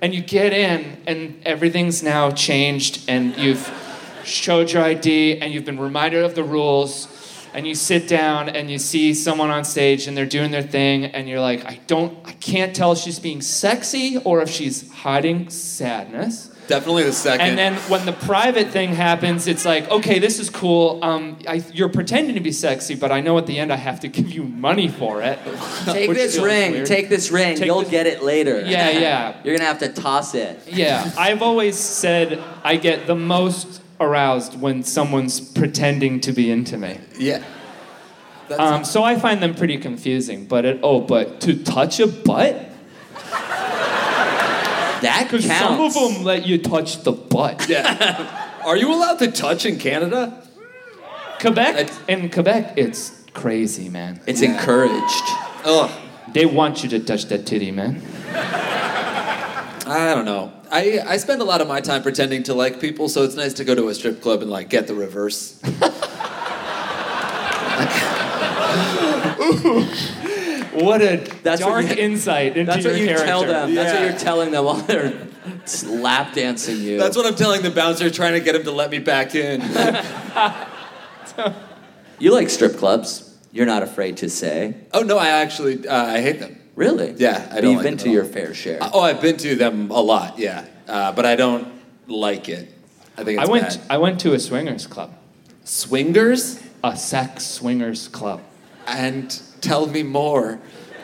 Speaker 7: And you get in, and everything's now changed, and you've showed your ID, and you've been reminded of the rules, and you sit down, and you see someone on stage, and they're doing their thing, and you're like, I don't, I can't tell if she's being sexy or if she's hiding sadness.
Speaker 5: Definitely the second.
Speaker 7: And then when the private thing happens, it's like, okay, this is cool. Um, I, you're pretending to be sexy, but I know at the end I have to give you money for it.
Speaker 10: Take
Speaker 7: Which
Speaker 10: this
Speaker 7: feels
Speaker 10: ring.
Speaker 7: weird.
Speaker 10: Take this ring.
Speaker 7: Take
Speaker 10: You'll
Speaker 7: this-
Speaker 10: get it later.
Speaker 7: Yeah, yeah.
Speaker 10: You're gonna have to toss it.
Speaker 7: Yeah, I've always said I get the most aroused when someone's pretending to be into me.
Speaker 5: Yeah.
Speaker 7: Um, so I find them pretty confusing. But it, oh, but to touch a butt?
Speaker 6: That
Speaker 7: Because some of them let you touch the butt.
Speaker 5: Yeah. Are you allowed to touch in Canada?
Speaker 7: Quebec in Quebec, it's crazy, man.
Speaker 6: It's encouraged.
Speaker 5: Ugh.
Speaker 7: They want you to touch that titty, man.
Speaker 5: I don't know. I, I spend a lot of my time pretending to like people, so it's nice to go to a strip club and like get the reverse.
Speaker 7: What a
Speaker 6: That's
Speaker 7: dark
Speaker 6: what you,
Speaker 7: insight into
Speaker 6: that's
Speaker 7: your
Speaker 6: what you
Speaker 7: character.
Speaker 6: tell them. That's what
Speaker 5: Yeah.
Speaker 6: you're telling them while they're slap dancing you.
Speaker 5: That's what I'm telling the bouncer, trying to get him to let me back in.
Speaker 6: you like strip clubs. You're not afraid to say.
Speaker 5: oh no, I actually uh, I hate them.
Speaker 6: Really?
Speaker 5: Yeah, I
Speaker 6: But
Speaker 5: don't
Speaker 6: you've
Speaker 5: like
Speaker 6: been
Speaker 5: them
Speaker 6: to
Speaker 5: at
Speaker 6: your
Speaker 5: all.
Speaker 6: fair share.
Speaker 5: Oh, I've been to them a lot, yeah, uh, but I don't like it. I think
Speaker 7: I
Speaker 5: it's
Speaker 7: went.
Speaker 5: bad.
Speaker 7: I went to a swingers club,
Speaker 5: swingers
Speaker 7: a sex swingers club.
Speaker 5: and tell me more.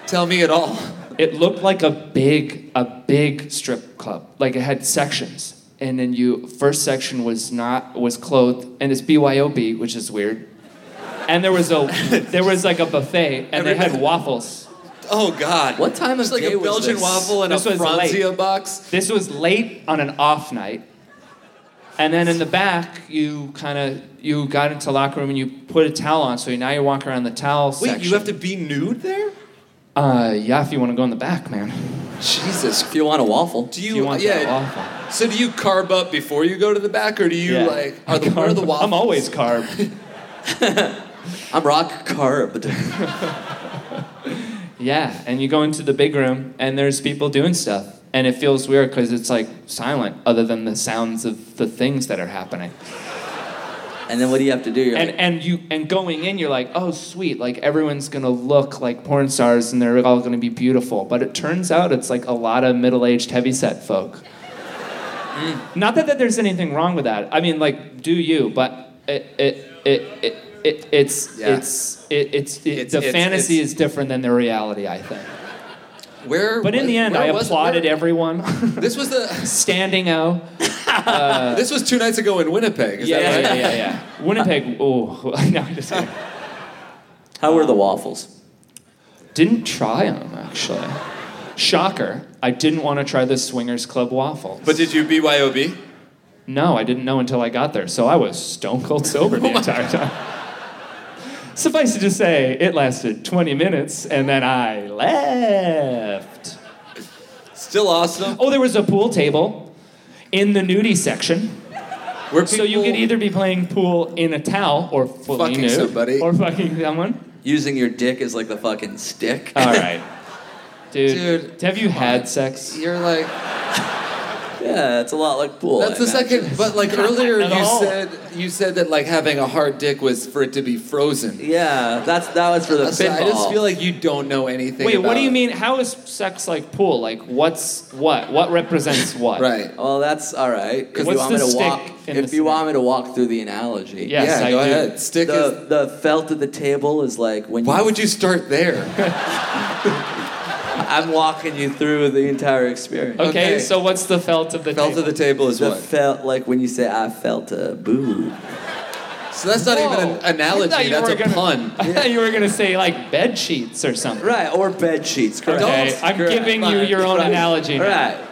Speaker 5: Tell me it all.
Speaker 7: It looked like a big, a big strip club. Like it had sections, and then you first section was not was clothed, and it's BYOB, which is weird. And there was a there was like a buffet, and they had waffles.
Speaker 5: Oh God!
Speaker 6: What time of
Speaker 5: Just like
Speaker 6: day
Speaker 5: a
Speaker 6: was
Speaker 5: Belgian
Speaker 6: this?
Speaker 5: waffle and
Speaker 7: This
Speaker 5: a
Speaker 7: was late.
Speaker 5: Franzia box?
Speaker 7: This was late on an off night. And then in the back, you kind of you got into the locker room and you put a towel on, so now you're walking around the towel
Speaker 5: Wait,
Speaker 7: section.
Speaker 5: you have to be nude there?
Speaker 7: Uh, yeah, if you want to go in the back, man.
Speaker 5: Jesus.
Speaker 6: If you want a waffle,
Speaker 5: Do
Speaker 7: If
Speaker 5: you,
Speaker 7: you want
Speaker 5: yeah,
Speaker 7: that waffle?
Speaker 5: So do you carb up before you go to the back, or do you
Speaker 7: Yeah.
Speaker 5: like are
Speaker 7: I
Speaker 5: the, are the
Speaker 7: carb-
Speaker 5: waffles?
Speaker 7: I'm always carb.
Speaker 6: I'm rock carb.
Speaker 7: yeah, and you go into the big room and there's people doing stuff, and it feels weird because it's like silent, other than the sounds of the things that are happening.
Speaker 6: and then what do you have to do? You're
Speaker 7: and
Speaker 6: like,
Speaker 7: and you and going in you're like oh sweet like everyone's gonna look like porn stars and they're all gonna be beautiful but it turns out it's like a lot of middle-aged heavyset folk
Speaker 5: Mm.
Speaker 7: not that, that there's anything wrong with that i mean like do you but it it it, it, it it's,
Speaker 5: Yeah.
Speaker 7: it's it, it's it,
Speaker 5: It's-
Speaker 7: the
Speaker 5: it's-
Speaker 7: fantasy
Speaker 5: it's-
Speaker 7: is different than the reality i think
Speaker 5: Where?
Speaker 7: but in
Speaker 5: was-
Speaker 7: the end
Speaker 5: where
Speaker 7: i
Speaker 5: was it?
Speaker 7: applauded
Speaker 5: Where-
Speaker 7: everyone
Speaker 5: This was the
Speaker 7: standing out
Speaker 5: this was two nights ago in Winnipeg. Is
Speaker 7: Uh, yeah,
Speaker 5: that right?
Speaker 7: yeah yeah yeah winnipeg oh no i just kidding.
Speaker 6: how were the waffles?
Speaker 7: Didn't try them actually. Shocker. I didn't want to try the swingers club waffle.
Speaker 5: But did you BYOB?
Speaker 7: no, I didn't know until I got there. So I was stone cold sober the entire time. Suffice it to say, it lasted 20 minutes and then I left.
Speaker 5: Still awesome.
Speaker 7: Oh, there was a pool table in the nudie section.
Speaker 5: Where
Speaker 7: So you could
Speaker 5: people-
Speaker 7: either be playing pool in a towel or fully
Speaker 5: Fucking
Speaker 7: nude
Speaker 5: somebody.
Speaker 7: or fucking someone.
Speaker 6: Using your dick as like the fucking stick.
Speaker 7: All right. Dude,
Speaker 5: Dude,
Speaker 7: have you had sex?
Speaker 5: You're like
Speaker 6: yeah, it's a lot like pool.
Speaker 5: that's
Speaker 6: I
Speaker 5: the
Speaker 6: imagine.
Speaker 5: second. But like earlier,
Speaker 7: At
Speaker 5: you
Speaker 7: all.
Speaker 5: said you said that like having a hard dick was for it to be frozen.
Speaker 6: Yeah, that's that was for the
Speaker 5: So I
Speaker 6: pinball.
Speaker 5: just feel like you don't know anything.
Speaker 7: Wait, what do
Speaker 5: about-
Speaker 7: you mean? How is sex like pool? Like, what's what? What represents what?
Speaker 5: Right.
Speaker 6: Well, that's all right. If
Speaker 7: What's
Speaker 6: you want me
Speaker 7: the
Speaker 6: to
Speaker 7: stick
Speaker 6: walk,
Speaker 7: in
Speaker 6: if
Speaker 7: the
Speaker 6: you want me to walk through the analogy,
Speaker 7: Yes,
Speaker 5: yeah,
Speaker 7: I
Speaker 5: go
Speaker 7: do.
Speaker 5: ahead. Stick is
Speaker 6: the the felt of the table is like when
Speaker 5: Why
Speaker 6: you,
Speaker 5: would you start there?
Speaker 6: I'm walking you through the entire experience.
Speaker 7: Okay,
Speaker 5: Okay.
Speaker 7: So what's the felt of the
Speaker 5: Fell to
Speaker 7: table?
Speaker 5: the table is
Speaker 6: The
Speaker 5: what.
Speaker 6: felt like when you say I felt a boob.
Speaker 5: So that's not even
Speaker 7: Whoa.
Speaker 5: an
Speaker 7: Oh, I thought
Speaker 5: analogy.
Speaker 7: you
Speaker 5: That's
Speaker 7: were
Speaker 5: a
Speaker 7: gonna-
Speaker 5: pun.
Speaker 7: I thought you were gonna say like bed sheets or something.
Speaker 6: Right, or bed sheets. Correct.
Speaker 7: Okay,
Speaker 6: Don't-
Speaker 7: I'm
Speaker 6: correct,
Speaker 7: giving you
Speaker 6: fine,
Speaker 7: your own
Speaker 6: right,
Speaker 7: analogy now.
Speaker 6: Right.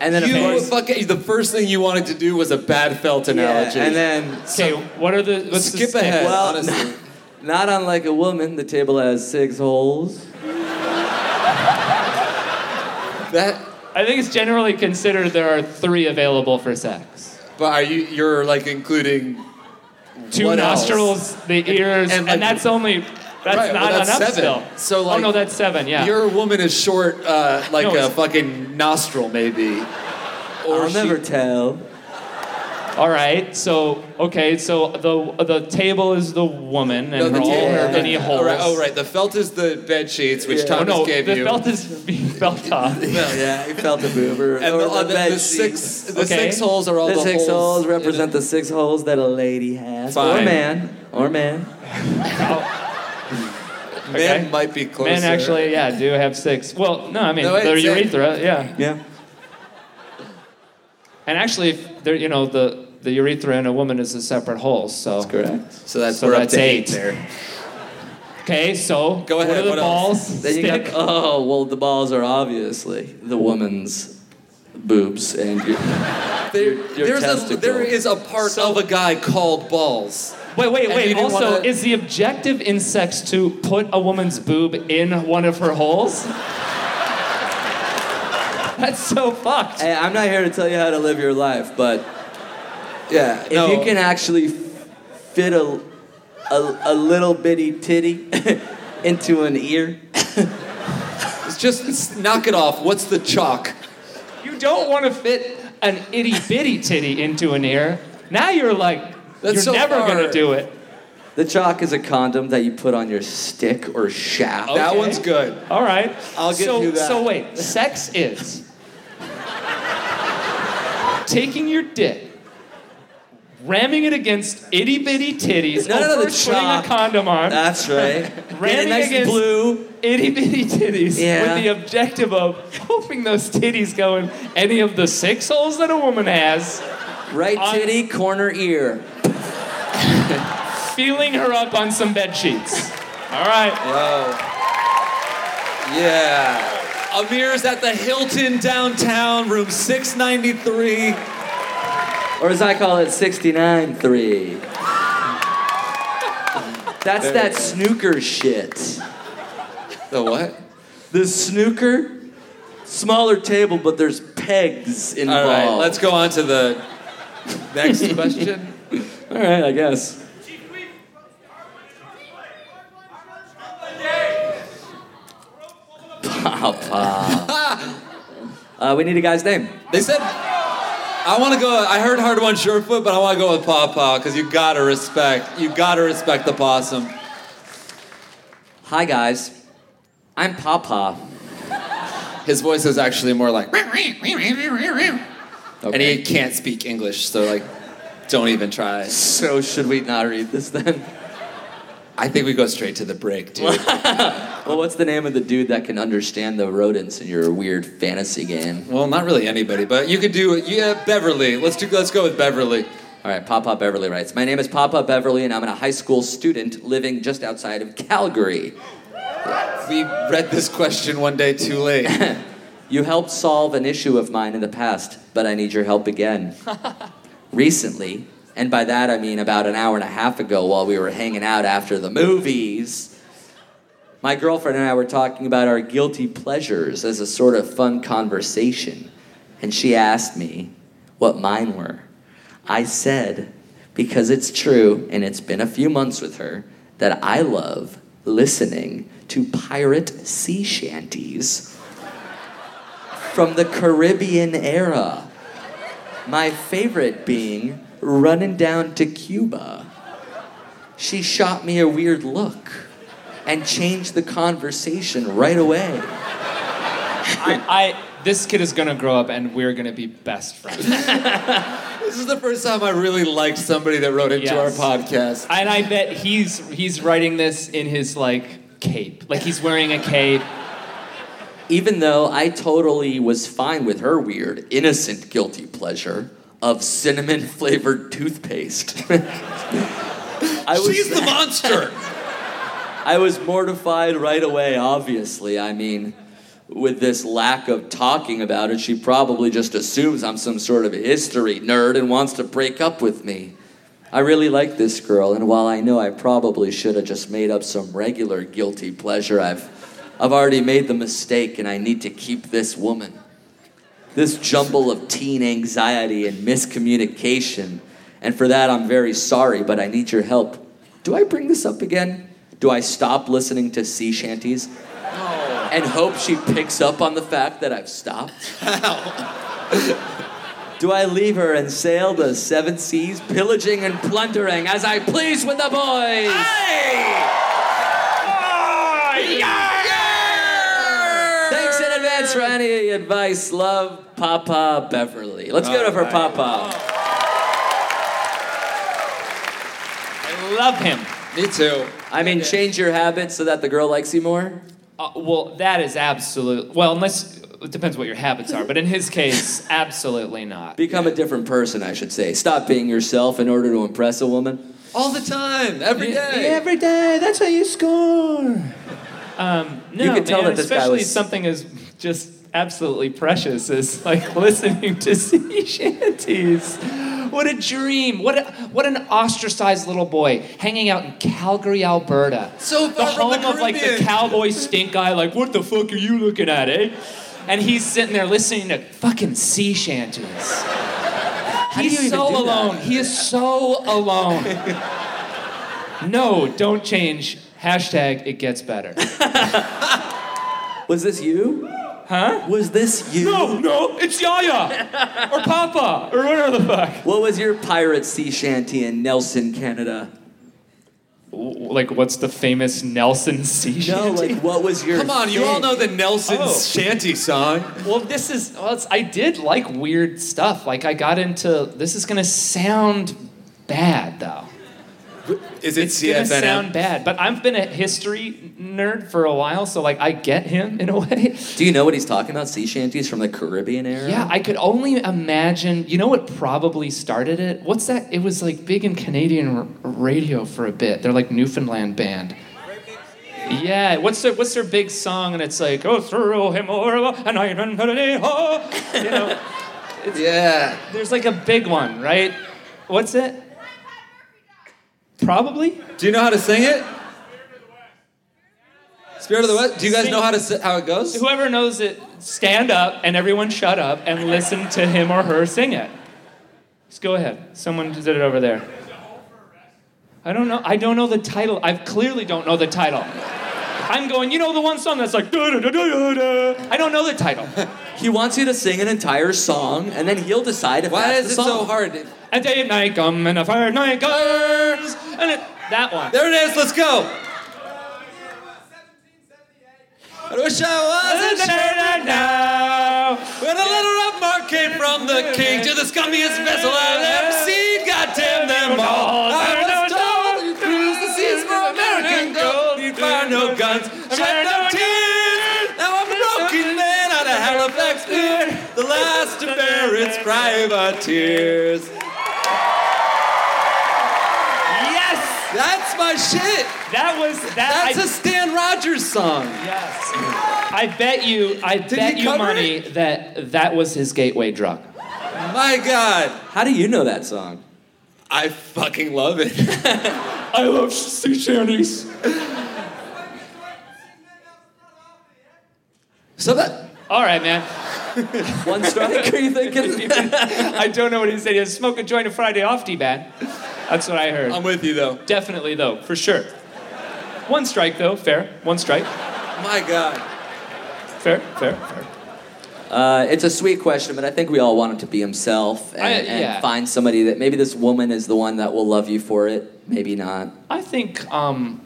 Speaker 6: And then of
Speaker 5: You
Speaker 6: course,
Speaker 5: fucking, the first thing you wanted to do was a bad felt
Speaker 6: yeah,
Speaker 5: analogy.
Speaker 6: and then
Speaker 7: Okay. What are the? What's
Speaker 5: skip
Speaker 7: the stick?
Speaker 5: ahead.
Speaker 6: Well,
Speaker 5: honestly,
Speaker 6: not unlike a woman, the table has six holes.
Speaker 5: that.
Speaker 7: I think it's generally considered there are three available for sex.
Speaker 5: But are you? You're like including.
Speaker 7: Two
Speaker 5: What else?
Speaker 7: nostrils, the ears,
Speaker 5: and,
Speaker 7: and,
Speaker 5: like-
Speaker 7: that's only. That's
Speaker 5: Right, well,
Speaker 7: not
Speaker 5: that's seven.
Speaker 7: enough still.
Speaker 5: So,
Speaker 7: oh
Speaker 5: like,
Speaker 7: no, that's seven. Yeah.
Speaker 5: Your woman is short, uh, like
Speaker 7: No,
Speaker 5: a
Speaker 7: it's-
Speaker 5: fucking nostril, maybe. Or
Speaker 6: I'll
Speaker 5: she-
Speaker 6: never tell.
Speaker 7: All right. So okay. So the the table is the woman and
Speaker 5: No, the
Speaker 7: her, all
Speaker 5: table-
Speaker 7: her many
Speaker 5: yeah.
Speaker 7: holes.
Speaker 5: Oh right, oh, right. The felt is the bed sheets, which
Speaker 7: Oh,
Speaker 5: Thomas
Speaker 7: no,
Speaker 5: gave
Speaker 7: the
Speaker 5: you.
Speaker 7: felt is being felt off.
Speaker 6: Well, yeah, I felt a boob. Or,
Speaker 5: and
Speaker 6: or
Speaker 5: the, uh, the-
Speaker 6: bed
Speaker 5: the
Speaker 6: sheet.
Speaker 5: six, the
Speaker 7: Okay.
Speaker 5: six holes are all
Speaker 6: the,
Speaker 5: the,
Speaker 6: six holes,
Speaker 5: holes in
Speaker 6: represent
Speaker 5: it.
Speaker 6: the six holes that a lady has, or
Speaker 5: Fine.
Speaker 6: man, or man.
Speaker 5: Men
Speaker 7: okay.
Speaker 5: might be closer.
Speaker 7: Men actually, yeah, do have six. Well, no, I mean
Speaker 5: No, wait,
Speaker 7: their
Speaker 5: say-
Speaker 7: urethra, yeah.
Speaker 6: Yeah.
Speaker 7: And actually, if they're you know the the urethra in a woman is a separate hole. So that's
Speaker 6: correct.
Speaker 7: So
Speaker 6: that's- we're up to eight
Speaker 7: there. Okay, so
Speaker 6: Go ahead.
Speaker 7: What are the
Speaker 6: what
Speaker 7: balls?
Speaker 6: Else? Then you got-
Speaker 7: Stick.
Speaker 6: oh well, the balls are obviously the woman's boobs and your,
Speaker 5: There,
Speaker 6: your
Speaker 5: there's a,
Speaker 6: testicle.
Speaker 5: there is a part of a guy called balls.
Speaker 7: Wait, wait,
Speaker 5: And
Speaker 7: wait.
Speaker 5: you didn't
Speaker 7: Also,
Speaker 5: wanna-
Speaker 7: is the objective in sex to put a woman's boob in one of her holes? That's so fucked.
Speaker 6: Hey, I'm not here to tell you how to live your life, but yeah, if
Speaker 7: no.
Speaker 6: you can actually f- fit a, a a little bitty titty into an ear,
Speaker 5: It's just it's- knock it off. What's the chalk?
Speaker 7: You don't want to fit an itty bitty titty into an ear. Now you're like,
Speaker 6: That's
Speaker 7: you're
Speaker 6: so
Speaker 7: never
Speaker 6: far.
Speaker 7: gonna do it.
Speaker 6: the chalk is a condom that you put on your stick or shaft.
Speaker 7: That Okay. one's
Speaker 6: good.
Speaker 7: All right.
Speaker 6: I'll give
Speaker 7: so,
Speaker 6: you that.
Speaker 7: So wait, sex is taking your dick, ramming it against itty bitty titties,
Speaker 6: No,
Speaker 7: or
Speaker 6: no, no, the
Speaker 7: first putting a
Speaker 6: chalk.
Speaker 7: condom on.
Speaker 6: That's right. Get
Speaker 7: Ramming
Speaker 6: it nice and
Speaker 7: against
Speaker 6: blue.
Speaker 7: itty bitty titties
Speaker 6: Yeah.
Speaker 7: with the objective of hoping those titties go in any of the six holes that a woman has,
Speaker 6: Right titty, corner ear.
Speaker 7: feeling her up on some bed sheets. All right.
Speaker 5: Yeah. Amir's at the Hilton downtown, room 693.
Speaker 6: Or as I call it, 69 3. That's
Speaker 5: There
Speaker 6: that
Speaker 5: you go.
Speaker 6: snooker shit.
Speaker 5: The what?
Speaker 6: The snooker? Smaller table, but there's pegs
Speaker 5: All
Speaker 6: involved.
Speaker 5: right, let's go on to the next question.
Speaker 6: All right, I guess. Papa. uh, we need a guy's name.
Speaker 5: They said, I want to go, I heard Hard One Surefoot, but I want to go with Paw Paw because you gotta respect, you gotta respect the possum.
Speaker 6: Hi, guys. I'm Papa.
Speaker 5: His voice is actually more like, and he can't speak English, so like, don't even try.
Speaker 6: So should we not read this then?
Speaker 5: I think we go straight to the break, dude.
Speaker 6: Well, what's the name of the dude that can understand the rodents in your weird fantasy game?
Speaker 5: well, not really anybody, but you could do, yeah, Beverly. Let's do, let's go with Beverly.
Speaker 6: All right, Papa Beverly writes My name is Papa Beverly, and I'm a high school student living just outside of Calgary.
Speaker 5: We read this question one day too late.
Speaker 6: You helped solve an issue of mine in the past, but I need your help again. Recently, and by that I mean about an hour and a half ago while we were hanging out after the movies, my girlfriend and I were talking about our guilty pleasures as a sort of fun conversation, and she asked me what mine were. I said, because it's true, and it's been a few months with her, that I love listening to pirate sea shanties from the Caribbean era. My favorite being running down to Cuba. She shot me a weird look and changed the conversation right away.
Speaker 7: I, I this kid is gonna grow up and we're gonna be best friends.
Speaker 5: this is the first time I really liked somebody that wrote into
Speaker 7: Yes.
Speaker 5: our podcast.
Speaker 7: And I bet he's he's writing this in his like cape. Like he's wearing a cape.
Speaker 6: Even though I totally was fine with her weird, innocent guilty pleasure of cinnamon flavored toothpaste. I was-
Speaker 5: She's the monster.
Speaker 6: I was mortified right away, obviously. I mean, with this lack of talking about it, she probably just assumes I'm some sort of history nerd and wants to break up with me. I really like this girl, and while I know I probably should have just made up some regular guilty pleasure, I've, I've already made the mistake, and I need to keep this woman. This jumble of teen anxiety and miscommunication, and for that I'm very sorry, but I need your help. Do I bring this up again? Do I stop listening to sea shanties? And hope she picks up on the fact that I've stopped? Do I leave her and sail the seven seas, pillaging and plundering as I please with the boys? Thanks in advance for any advice. Love, Papa Beverly. Let's give it up for Papa.
Speaker 7: I love him.
Speaker 5: Me too.
Speaker 6: I mean, change your habits so that the girl likes you more.
Speaker 7: Uh, well, that is absolute. Well, unless it depends what your habits are, but in his case, absolutely not.
Speaker 6: Become a different person, I should say. Stop being yourself in order to impress a woman.
Speaker 5: All the time, every day.
Speaker 6: Every day, that's how you score.
Speaker 7: Um, no,
Speaker 6: You could tell
Speaker 7: man,
Speaker 6: that this guy
Speaker 7: especially
Speaker 6: was-
Speaker 7: something as just absolutely precious as like listening to sea shanties. What a dream! What a, what an ostracized little boy hanging out in Calgary, Alberta.
Speaker 5: So
Speaker 7: the
Speaker 5: far from
Speaker 7: home
Speaker 5: the
Speaker 7: of like the
Speaker 5: Caribbean.
Speaker 7: cowboy stink eye. Like, what the fuck are you looking at, eh? And he's sitting there listening to fucking sea shanties.
Speaker 6: do you
Speaker 7: He's
Speaker 6: even
Speaker 7: so
Speaker 6: do that?
Speaker 7: alone. He is so alone. no, don't change. Hashtag it gets better.
Speaker 6: Was this you?
Speaker 7: Huh?
Speaker 6: Was this you?
Speaker 7: No, no, it's Yaya or Papa or whatever the fuck.
Speaker 6: What was your pirate sea shanty in Nelson, Canada?
Speaker 7: Like, what's the famous Nelson sea
Speaker 6: No,
Speaker 7: shanty?
Speaker 6: like what was your?
Speaker 5: Come on, you all
Speaker 6: thing?
Speaker 5: know the Nelson
Speaker 7: Oh.
Speaker 5: shanty song.
Speaker 7: Well, this is. Well, it's, I did like weird stuff. Like, I got into. This is gonna sound bad though.
Speaker 5: Is it
Speaker 7: It's gonna
Speaker 5: CFNM?
Speaker 7: sound bad, but I've been a history nerd for a while, so like I get him in a way.
Speaker 6: Do you know what he's talking about? Sea shanties from the Caribbean era.
Speaker 7: Yeah, I could only imagine. You know what probably started it? What's that? It was like big in Canadian r- radio for a bit. They're like Newfoundland band. Yeah, what's their what's their big song? And it's like, oh, through him or and I run You know,
Speaker 5: yeah.
Speaker 7: there's like a big one, right? What's it? Probably.
Speaker 5: Do you know how to sing it? Spirit of the West. Do you guys
Speaker 7: Sing-
Speaker 5: know how to si- how it goes?
Speaker 7: Whoever knows it, stand up and everyone shut up and listen to him or her sing it. Just go ahead. Someone did it over there. I don't know. I don't know the title. I clearly don't know the title. I'm going, you know the one song that's like da da da da da. I don't know the title.
Speaker 6: He wants you to sing an entire song, and then he'll decide if
Speaker 5: Why
Speaker 6: that's
Speaker 5: is
Speaker 6: the
Speaker 5: it
Speaker 6: song.
Speaker 5: so hard?
Speaker 7: and day and night come and a fire night comes and it, that one.
Speaker 5: There it is. Let's go. I wish I was a
Speaker 7: Da-da-da-da now.
Speaker 5: When a letter of mark came from the king to the scummiest vessel I've ever seen, goddamn them all. I was told you cruise the seas for American gold, you'd find no guns, shed no tears. Now I'm a broken man out of Halifax, beer, the last to bear its privateers.
Speaker 7: Yes,
Speaker 5: That's my shit.
Speaker 7: that was that.
Speaker 5: That's
Speaker 7: I-
Speaker 5: a Stan Rogers song.
Speaker 7: Yes. I bet you. I bet
Speaker 5: he
Speaker 7: you
Speaker 5: cover
Speaker 7: money that that was his gateway drug.
Speaker 5: My God,
Speaker 6: How do you know that song?
Speaker 5: I fucking love it.
Speaker 7: I love sea shanties.
Speaker 5: So that
Speaker 7: All right, man.
Speaker 6: One strike? Are you thinking?
Speaker 7: I don't know what he said. He was smoke a joint a Friday off, D man. That's what I heard.
Speaker 5: I'm with you though.
Speaker 7: Definitely though, for sure. One strike though, fair. One strike,
Speaker 5: My God.
Speaker 7: fair, fair, fair.
Speaker 6: Uh, it's a sweet question, but I think we all want him to be himself and,
Speaker 7: I-
Speaker 6: and
Speaker 7: yeah.
Speaker 6: find somebody that maybe this woman is the one that will love you for it. Maybe not.
Speaker 7: I think, um,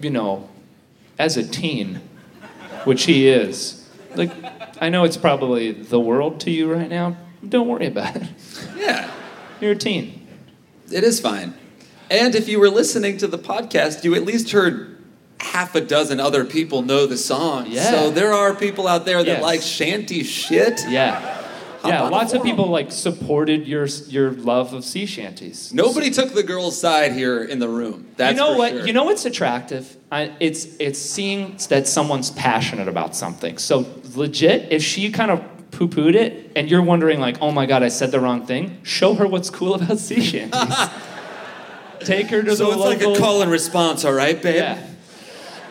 Speaker 7: you know, as a teen, which he is, like, I know it's probably the world to you right now. Don't worry about it.
Speaker 5: Yeah.
Speaker 7: You're a teen.
Speaker 5: It is fine. And if you were listening to the podcast, you at least heard half a dozen other people know the song.
Speaker 7: Yeah.
Speaker 5: So there are people out there that
Speaker 7: Yes.
Speaker 5: like shanty shit.
Speaker 7: Yeah. Yeah,
Speaker 5: on the
Speaker 7: lots of
Speaker 5: forum.
Speaker 7: people like supported your your love of sea shanties.
Speaker 5: Nobody took the girl's side here in the room. That's
Speaker 7: you know
Speaker 5: for
Speaker 7: what?
Speaker 5: sure.
Speaker 7: You know what's attractive? I, it's it's seeing that someone's passionate about something. So legit, if she kind of poo pooed it, and you're wondering like, oh my god, I said the wrong thing. Show her what's cool about sea shanties. Take her to
Speaker 5: So
Speaker 7: the
Speaker 5: it's
Speaker 7: local.
Speaker 5: like a call and response, all right, babe?
Speaker 7: Yeah.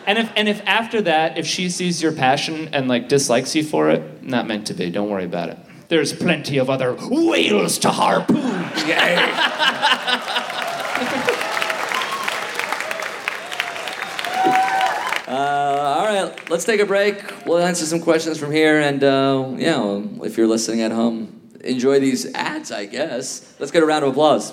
Speaker 7: And if and if after that, if she sees your passion and like dislikes you for it, not meant to be. Don't worry about it. There's plenty of other whales to harpoon.
Speaker 6: Uh, all right, let's take a break. We'll answer some questions from here, and uh, yeah, well, if you're listening at home, enjoy these ads, I guess. Let's get a round of applause.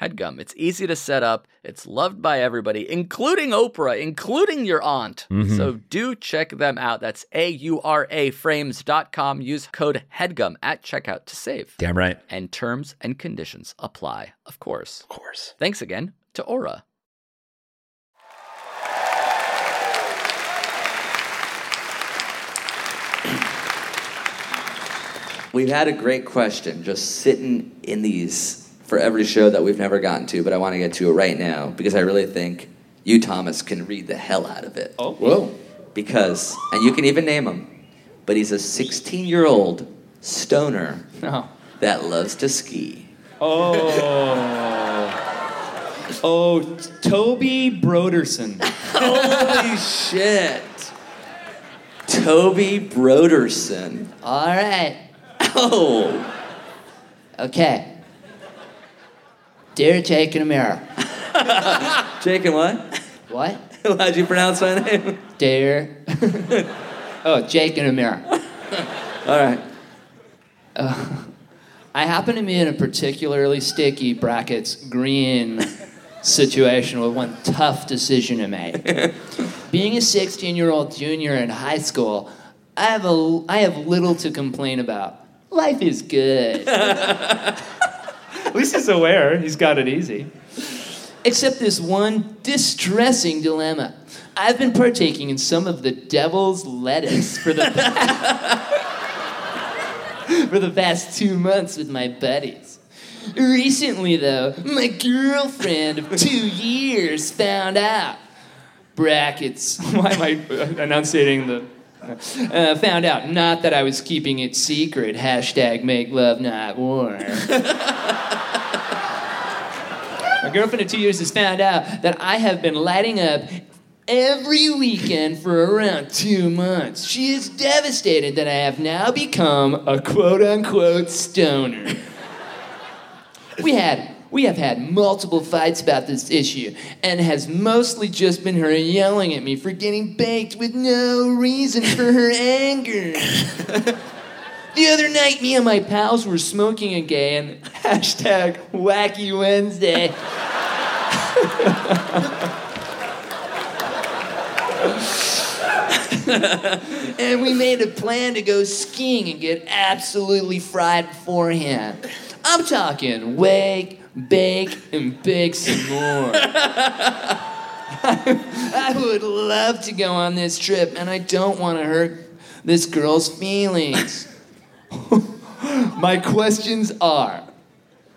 Speaker 2: HEADGUM. It's easy to set up, it's loved by everybody, including Oprah, including your aunt.
Speaker 1: Mhm.
Speaker 2: So do check them out. That's A U R A frames.com. Use code HEADGUM at checkout to save.
Speaker 1: Damn right.
Speaker 2: And terms and conditions apply, of course. Of
Speaker 1: course.
Speaker 2: Thanks again to Aura.
Speaker 11: We've had a great question just sitting in these for every show that we've never gotten to, but I want to get to it right now because I really think you, Thomas, can read the hell out of it. Oh,
Speaker 12: whoa.
Speaker 11: Because, and you can even name him, but he's a 16 year old stoner
Speaker 13: No.
Speaker 11: that loves to ski.
Speaker 13: Oh. Oh, Toby Broderson.
Speaker 11: Holy shit. Toby Broderson.
Speaker 7: All right.
Speaker 11: Oh,
Speaker 7: Okay. Dear Jake and Amira.
Speaker 11: Jake and what?
Speaker 7: What?
Speaker 11: How'd you pronounce my name?
Speaker 7: Dear. oh, Jake and Amira.
Speaker 11: All right.
Speaker 7: Uh, I happen to be in a particularly sticky brackets green situation with one tough decision to make. Being a 16-year-old junior in high school, I have a I have little to complain about. Life is good.
Speaker 13: At least he's aware. He's got it easy.
Speaker 7: except this one distressing dilemma. I've been partaking in some of the devil's lettuce for the for the past two months with my buddies. Recently, though, my girlfriend of two years found out. Brackets.
Speaker 13: Why am I uh, enunciating the.
Speaker 7: Uh, found out. Not that I was keeping it secret. Hashtag make love not war. My girlfriend of two years has found out that I have been lighting up every weekend for around two months. She is devastated that I have now become a quote unquote stoner. We had we have had multiple fights about this issue and has mostly just been her yelling at me for getting baked with no reason for her anger. the other night me and my pals were smoking again. Hashtag wacky Wednesday. and we made a plan to go skiing and get absolutely fried beforehand. I'm talking wake, bake, and bake some more. I would love to go on this trip, and I don't want to hurt this girl's feelings. My questions are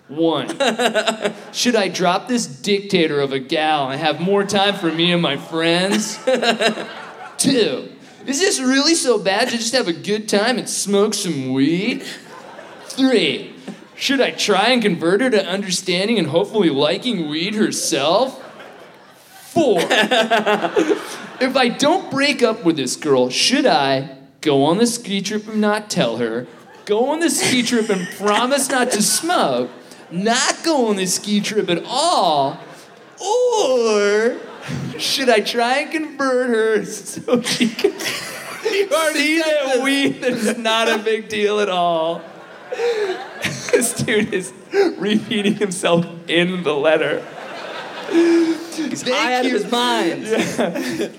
Speaker 7: one, should I drop this dictator of a gal and have more time for me and my friends? Two, is this really so bad to just have a good time and smoke some weed? Three, should I try and convert her to understanding and hopefully liking weed herself? Four, if I don't break up with this girl, should I go on the ski trip and not tell her? Go on the ski trip and promise not to smoke? Not go on the ski trip at all? Or should I try and convert her so she can
Speaker 14: you already see that weed is not a big deal at all. this dude is repeating himself in the letter. He's
Speaker 2: high out of his mind.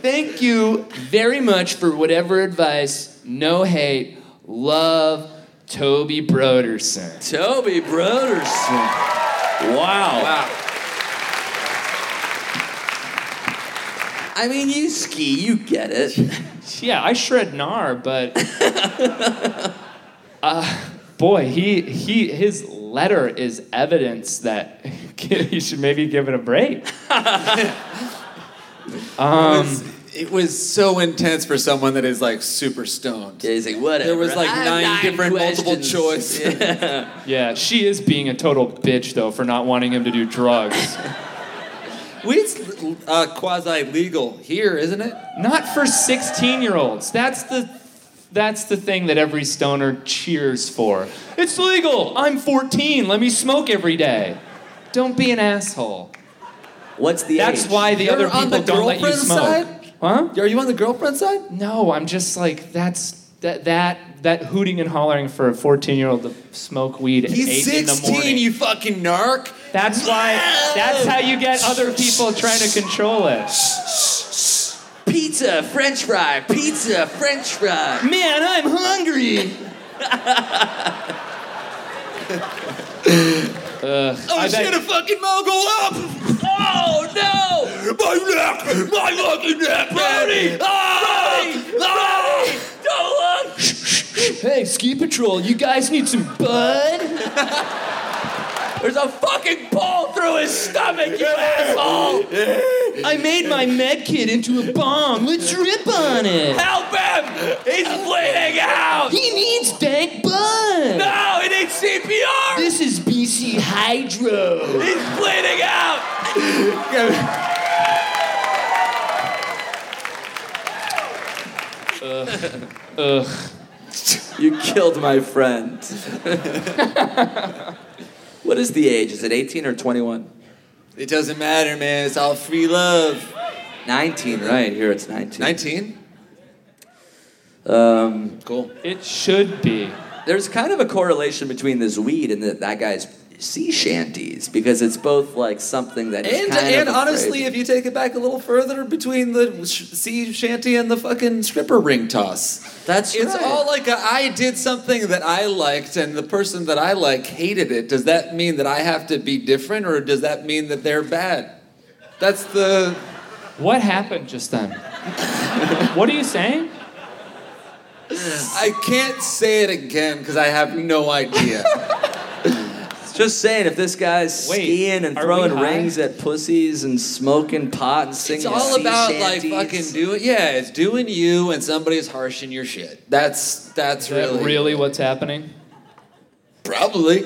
Speaker 14: Thank you very much for whatever advice. No hate. Love, Toby Broderson.
Speaker 2: Toby Broderson.
Speaker 14: Wow.
Speaker 2: I mean, you ski, you get it.
Speaker 7: Yeah, I shred gnar, but uh, boy, he he his letter is evidence that he should maybe give it a break.
Speaker 5: Um, it, was, it was so intense for someone that is like super stoned.
Speaker 2: Yeah, he's like, whatever. Ah,
Speaker 5: There was like
Speaker 2: I have
Speaker 5: nine, different multiple
Speaker 2: questions.
Speaker 5: choice.
Speaker 2: Yeah.
Speaker 7: Yeah, she is being a total bitch though for not wanting him to do drugs.
Speaker 5: We- It's uh, quasi legal here, isn't it?
Speaker 7: Not for 16 year olds. That's the that's the thing that every stoner cheers for. It's legal. I'm 14. Let me smoke every day. Don't be an asshole.
Speaker 2: What's the
Speaker 7: That's
Speaker 2: age?
Speaker 7: why the
Speaker 5: You're
Speaker 7: other
Speaker 5: on
Speaker 7: people
Speaker 5: the
Speaker 7: don't let you
Speaker 5: girlfriend's
Speaker 7: smoke.
Speaker 5: side?
Speaker 7: Huh?
Speaker 5: Are you on the girlfriend side?
Speaker 7: No, I'm just like that's that that that hooting and hollering for a 14 year old to smoke weed at
Speaker 5: He's
Speaker 7: 8 in the
Speaker 5: 16,
Speaker 7: morning.
Speaker 5: you fucking narc.
Speaker 7: that's why that's how you get other people trying to control it.
Speaker 2: Pizza, French fry, pizza, French fry.
Speaker 14: Man, I'm hungry.
Speaker 7: Oh, I
Speaker 5: I
Speaker 7: bet-
Speaker 5: should have fucking mogul up! Oh no! My neck! My fucking neck! Brody! Ah! Ah!
Speaker 2: Don't look.
Speaker 14: Hey, ski patrol, you guys need some bud?
Speaker 2: There's a fucking pole through his stomach, you asshole.
Speaker 14: I made my med kit into a bomb. Let's rip on it.
Speaker 2: Help him. He's bleeding out.
Speaker 14: He needs dank bud.
Speaker 2: No, he needs CPR.
Speaker 14: This is BC Hydro.
Speaker 2: He's bleeding out. You killed my friend. what is the age? Is it 18 or 21?
Speaker 5: It doesn't matter, man. It's all free love.
Speaker 2: 19, right? Here it's 19.
Speaker 5: 19?
Speaker 2: Um,
Speaker 5: Cool.
Speaker 7: It should be.
Speaker 2: there's kind of a correlation between this weed and the, that guy's sea shanties because it's both like something that is
Speaker 5: And,
Speaker 2: kind
Speaker 5: and
Speaker 2: of a
Speaker 5: honestly,
Speaker 2: phrase.
Speaker 5: if you take it back a little further, between the sh- sea shanty and the fucking stripper ring toss,
Speaker 2: that's
Speaker 5: it's
Speaker 2: right.
Speaker 5: all like a, I did something that I liked, and the person that I like hated it. Does that mean that I have to be different, or does that mean that they're bad? That's the
Speaker 7: What happened just then? what are you saying?
Speaker 5: I can't say it again because I have no idea.
Speaker 2: Just saying, if this guy's
Speaker 7: Wait,
Speaker 2: skiing and
Speaker 7: are
Speaker 2: throwing
Speaker 7: we high?
Speaker 2: rings at pussies and smoking pot and singing
Speaker 5: it's all
Speaker 2: sea
Speaker 5: about
Speaker 2: shanties,
Speaker 5: like fucking doing. Yeah, it's doing you, and somebody's harsh in your shit. That's that's
Speaker 7: Is that
Speaker 5: really
Speaker 7: really what's happening?
Speaker 5: probably.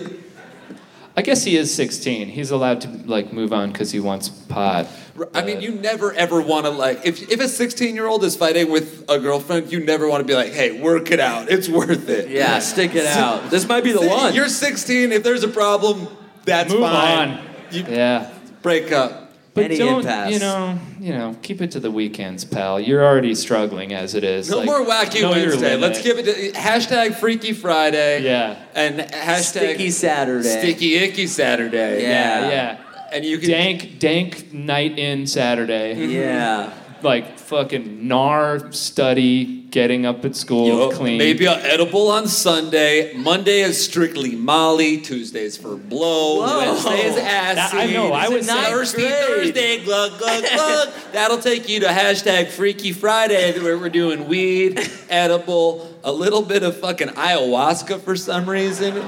Speaker 7: I guess he is 16. He's allowed to like move on because he wants pot.
Speaker 5: I mean, you never ever want to like if if a sixteen year old is fighting with a girlfriend, you never want to be like, hey, work it out. It's worth it.
Speaker 2: yeah, stick it out. This might be the
Speaker 5: See,
Speaker 2: one.
Speaker 5: You're sixteen. If there's a problem, that's
Speaker 7: Move
Speaker 5: fine.
Speaker 7: on.
Speaker 5: You
Speaker 7: Yeah.
Speaker 5: break up.
Speaker 7: But
Speaker 2: Any
Speaker 7: don't
Speaker 2: impasse.
Speaker 7: you know? You know, keep it to the weekends, pal. You're already struggling as it is.
Speaker 5: No
Speaker 7: Like,
Speaker 5: more wacky
Speaker 7: know your
Speaker 5: Wednesday.
Speaker 7: limit.
Speaker 5: Let's give it to, hashtag Freaky Friday.
Speaker 7: Yeah.
Speaker 5: And hashtag
Speaker 2: Sticky Saturday.
Speaker 5: Sticky Icky Saturday.
Speaker 2: Yeah.
Speaker 7: Yeah.
Speaker 5: And you can
Speaker 7: Dank, dank night in Saturday.
Speaker 5: Mm-hmm.
Speaker 2: Yeah.
Speaker 7: Like fucking gnar study, getting up at school,
Speaker 5: Yup.
Speaker 7: clean.
Speaker 5: Maybe an edible on Sunday. Monday is strictly Molly. Tuesday is for blow. Wednesday is
Speaker 7: That-
Speaker 5: acid.
Speaker 7: I know, I would
Speaker 5: Is it
Speaker 7: say-
Speaker 5: Thursday,
Speaker 2: Ninth grade.
Speaker 5: Thursday, glug glug glug. That'll take you to hashtag Freaky Friday, where we're doing weed, edible, a little bit of fucking ayahuasca for some reason.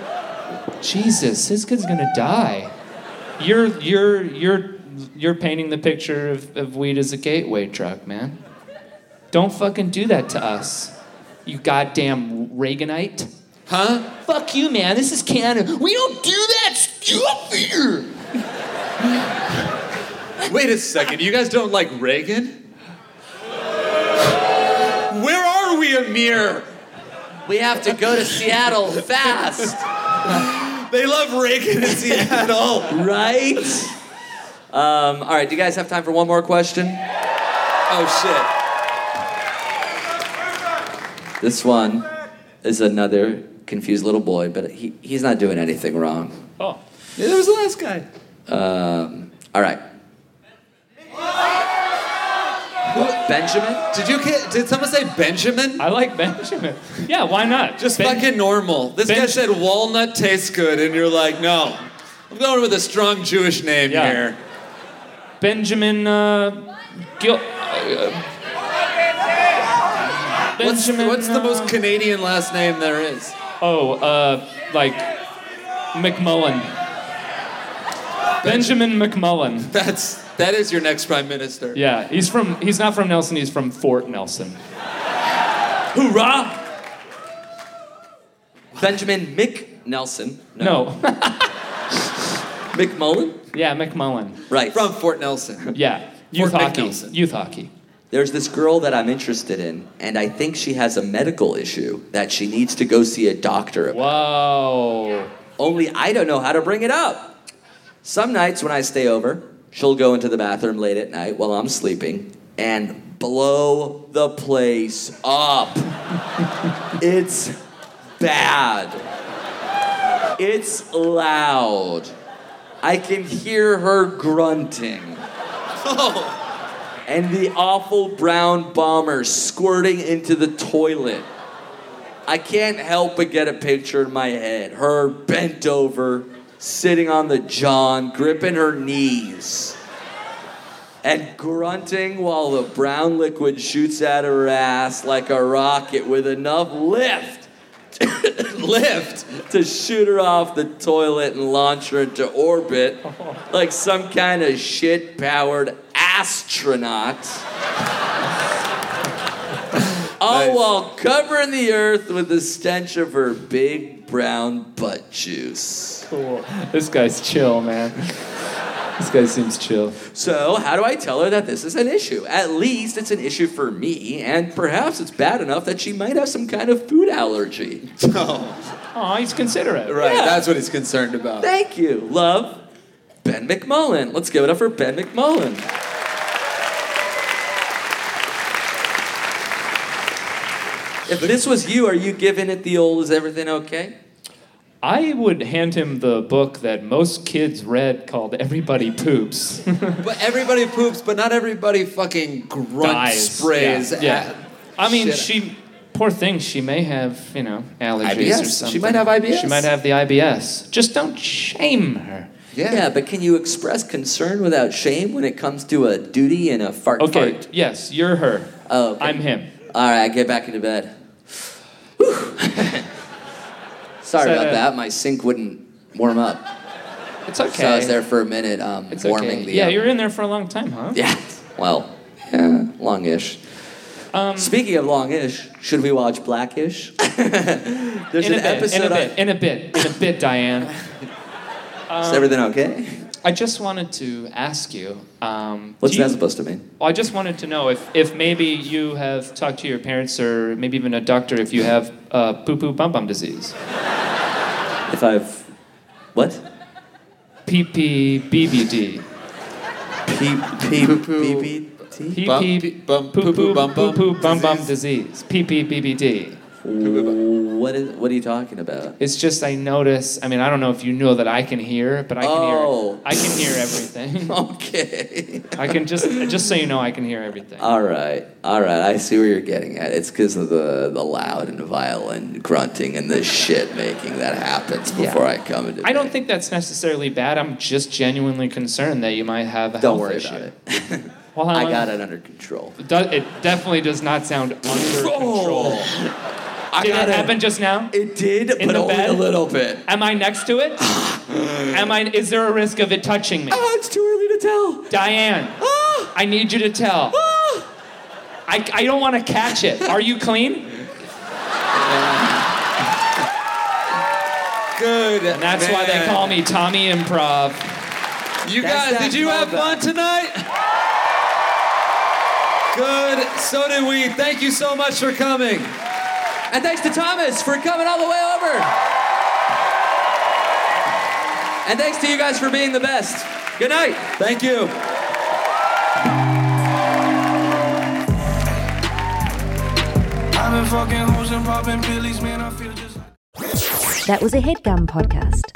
Speaker 7: Jesus, this kid's gonna die. You're you're you're you're painting the picture of, of weed as a gateway drug, man. Don't fucking do that to us. You goddamn Reaganite.
Speaker 5: Huh?
Speaker 14: Fuck you, man. This is Canada. We don't do that stuff here.
Speaker 5: Wait a second. You guys don't like Reagan? Where are we, Amir?
Speaker 2: We have to go to Seattle fast,
Speaker 5: They love Reagan in Seattle.
Speaker 2: right? Um, all right, do you guys have time for one more question?
Speaker 5: Oh shit.
Speaker 2: This one is another confused little boy, but he, he's not doing anything wrong.
Speaker 5: Oh. Yeah, there was the last guy.
Speaker 2: Um, all right. Benjamin?
Speaker 5: Did you get, did someone say Benjamin?
Speaker 7: I like Benjamin. Yeah, why not?
Speaker 5: Just fucking normal. This guy said walnut tastes good, and you're like, no. I'm going with a strong Jewish name
Speaker 7: Yeah.
Speaker 5: here.
Speaker 7: Benjamin uh, Gil. Uh,
Speaker 5: What's,
Speaker 7: Benjamin,
Speaker 5: what's the
Speaker 7: uh,
Speaker 5: most Canadian last name there is?
Speaker 7: oh, uh, like McMullen. Benjamin McMullen.
Speaker 5: That's that is your next prime minister.
Speaker 7: Yeah, he's from. He's not from Nelson. He's from Fort Nelson.
Speaker 2: Hoorah! Benjamin Mick Nelson.
Speaker 7: No.
Speaker 2: McMullen?
Speaker 7: yeah, McMullen.
Speaker 2: Right.
Speaker 5: From Fort Nelson.
Speaker 7: Yeah, youth
Speaker 2: Fort
Speaker 7: hockey.
Speaker 2: McNelson.
Speaker 7: Youth hockey.
Speaker 2: There's this girl that I'm interested in, and I think she has a medical issue that she needs to go see a doctor about.
Speaker 7: Whoa.
Speaker 2: Only I don't know how to bring it up. Some nights when I stay over, she'll go into the bathroom late at night while I'm sleeping and blow the place up. it's bad. It's loud. I can hear her grunting and the awful brown bomber squirting into the toilet. I can't help but get a picture in my head. Her bent over, sitting on the john, gripping her knees, and grunting while the brown liquid shoots at her ass like a rocket with enough lift. lift to shoot her off the toilet and launch her into orbit like some kind of shit powered astronaut all while covering the earth with the stench of her big brown butt juice.
Speaker 7: Cool. This guy's chill, man. This guy seems chill.
Speaker 2: So, how do I tell her that this is an issue? At least it's an issue for me, and perhaps it's bad enough that she might have some kind of food allergy.
Speaker 7: Aw, he's considerate.
Speaker 5: Oh, Right,
Speaker 2: Yeah.
Speaker 5: that's what he's concerned about.
Speaker 2: Thank you. Love, Ben McMullen. Let's give it up for Ben McMullen. If this was you, are you giving it the old, is everything okay?
Speaker 7: I would hand him the book that most kids read called Everybody Poops.
Speaker 5: But everybody poops, but not everybody fucking grunt
Speaker 7: Dies.
Speaker 5: sprays.
Speaker 7: Yeah. yeah.
Speaker 5: at-
Speaker 7: I mean,
Speaker 5: shit.
Speaker 7: she, poor thing, she may have, you know, allergies or
Speaker 5: IBS. She
Speaker 7: something.
Speaker 5: might have IBS.
Speaker 7: She might have the IBS. Just don't shame her.
Speaker 5: Yeah.
Speaker 2: Yeah, but can you express concern without shame when it comes to a duty and a fart
Speaker 7: Okay,
Speaker 2: fart?
Speaker 7: yes, you're her.
Speaker 2: Oh, okay.
Speaker 7: I'm him.
Speaker 2: All right, get back into bed. Whew. Sorry
Speaker 7: So,
Speaker 2: about
Speaker 7: uh,
Speaker 2: that. My sink wouldn't warm up,
Speaker 7: It's okay.
Speaker 2: so I was there for a minute, um,
Speaker 7: it's
Speaker 2: warming
Speaker 7: okay.
Speaker 2: the.
Speaker 7: Yeah,
Speaker 2: oven.
Speaker 7: you're in there for a long time, huh?
Speaker 2: Yeah. Well, yeah, longish.
Speaker 7: Um,
Speaker 2: Speaking of longish, should we watch Blackish? There's
Speaker 7: In a
Speaker 2: an
Speaker 7: bit,
Speaker 2: episode.
Speaker 7: in a
Speaker 2: on-
Speaker 7: bit, in a bit, in a bit, Diane.
Speaker 2: Is everything okay?
Speaker 7: I just wanted to ask you. Um,
Speaker 2: What's
Speaker 7: do you-
Speaker 2: that supposed to mean?
Speaker 7: Well, I just wanted to know if, if maybe you have talked to your parents or maybe even a doctor if you have uh, poo poo bum bum disease.
Speaker 2: If I've what?
Speaker 7: PPBBD.
Speaker 2: P P P P T.
Speaker 7: PP
Speaker 5: bum-
Speaker 7: poo poo
Speaker 5: poo-poo bum bum
Speaker 7: bum bum disease. PPBBD.
Speaker 2: What is? What are you talking about?
Speaker 7: It's just I notice. I mean, I don't know if you know that I can hear, but I can
Speaker 2: Oh.
Speaker 7: hear. I can hear everything.
Speaker 2: Okay.
Speaker 7: I can just just so you know, I can hear everything.
Speaker 2: All right. All right. I see where you're getting at. It's because of the, the loud and violent grunting and the shit making that happens before I come into
Speaker 7: I don't
Speaker 2: bed.
Speaker 7: think that's necessarily bad. I'm just genuinely concerned that you might have a
Speaker 2: Don't
Speaker 7: health
Speaker 2: worry
Speaker 7: issue.
Speaker 2: about it.
Speaker 7: Well,
Speaker 2: I
Speaker 7: um,
Speaker 2: got it Oh. under control.
Speaker 7: Do, it definitely does not sound under control.
Speaker 2: I
Speaker 7: Did
Speaker 2: got
Speaker 7: that happen just now?
Speaker 2: It did,
Speaker 7: In
Speaker 2: but
Speaker 7: the
Speaker 2: only
Speaker 7: bed?
Speaker 2: a little bit.
Speaker 7: Am I next to it? Am I? Is there a risk of it touching me?
Speaker 2: Oh, it's too early to tell.
Speaker 7: Diane,
Speaker 2: Ah,
Speaker 7: I need you to tell.
Speaker 2: ah.
Speaker 7: I, I don't want to catch it. Are you clean?
Speaker 5: Good.
Speaker 7: And that's why they
Speaker 5: man.
Speaker 7: call me Tommy Improv.
Speaker 5: You
Speaker 2: That's
Speaker 5: guys,
Speaker 2: that
Speaker 5: did you have fun
Speaker 2: callback.
Speaker 5: tonight? Good. So did we. Thank you so much for coming.
Speaker 2: And thanks to Thomas for coming all the way over. And thanks to you guys for being the best. Good night.
Speaker 5: Thank you.
Speaker 15: I'm a
Speaker 16: fucking hoes and popping pillies, man, I feel just
Speaker 17: That was a headgum podcast.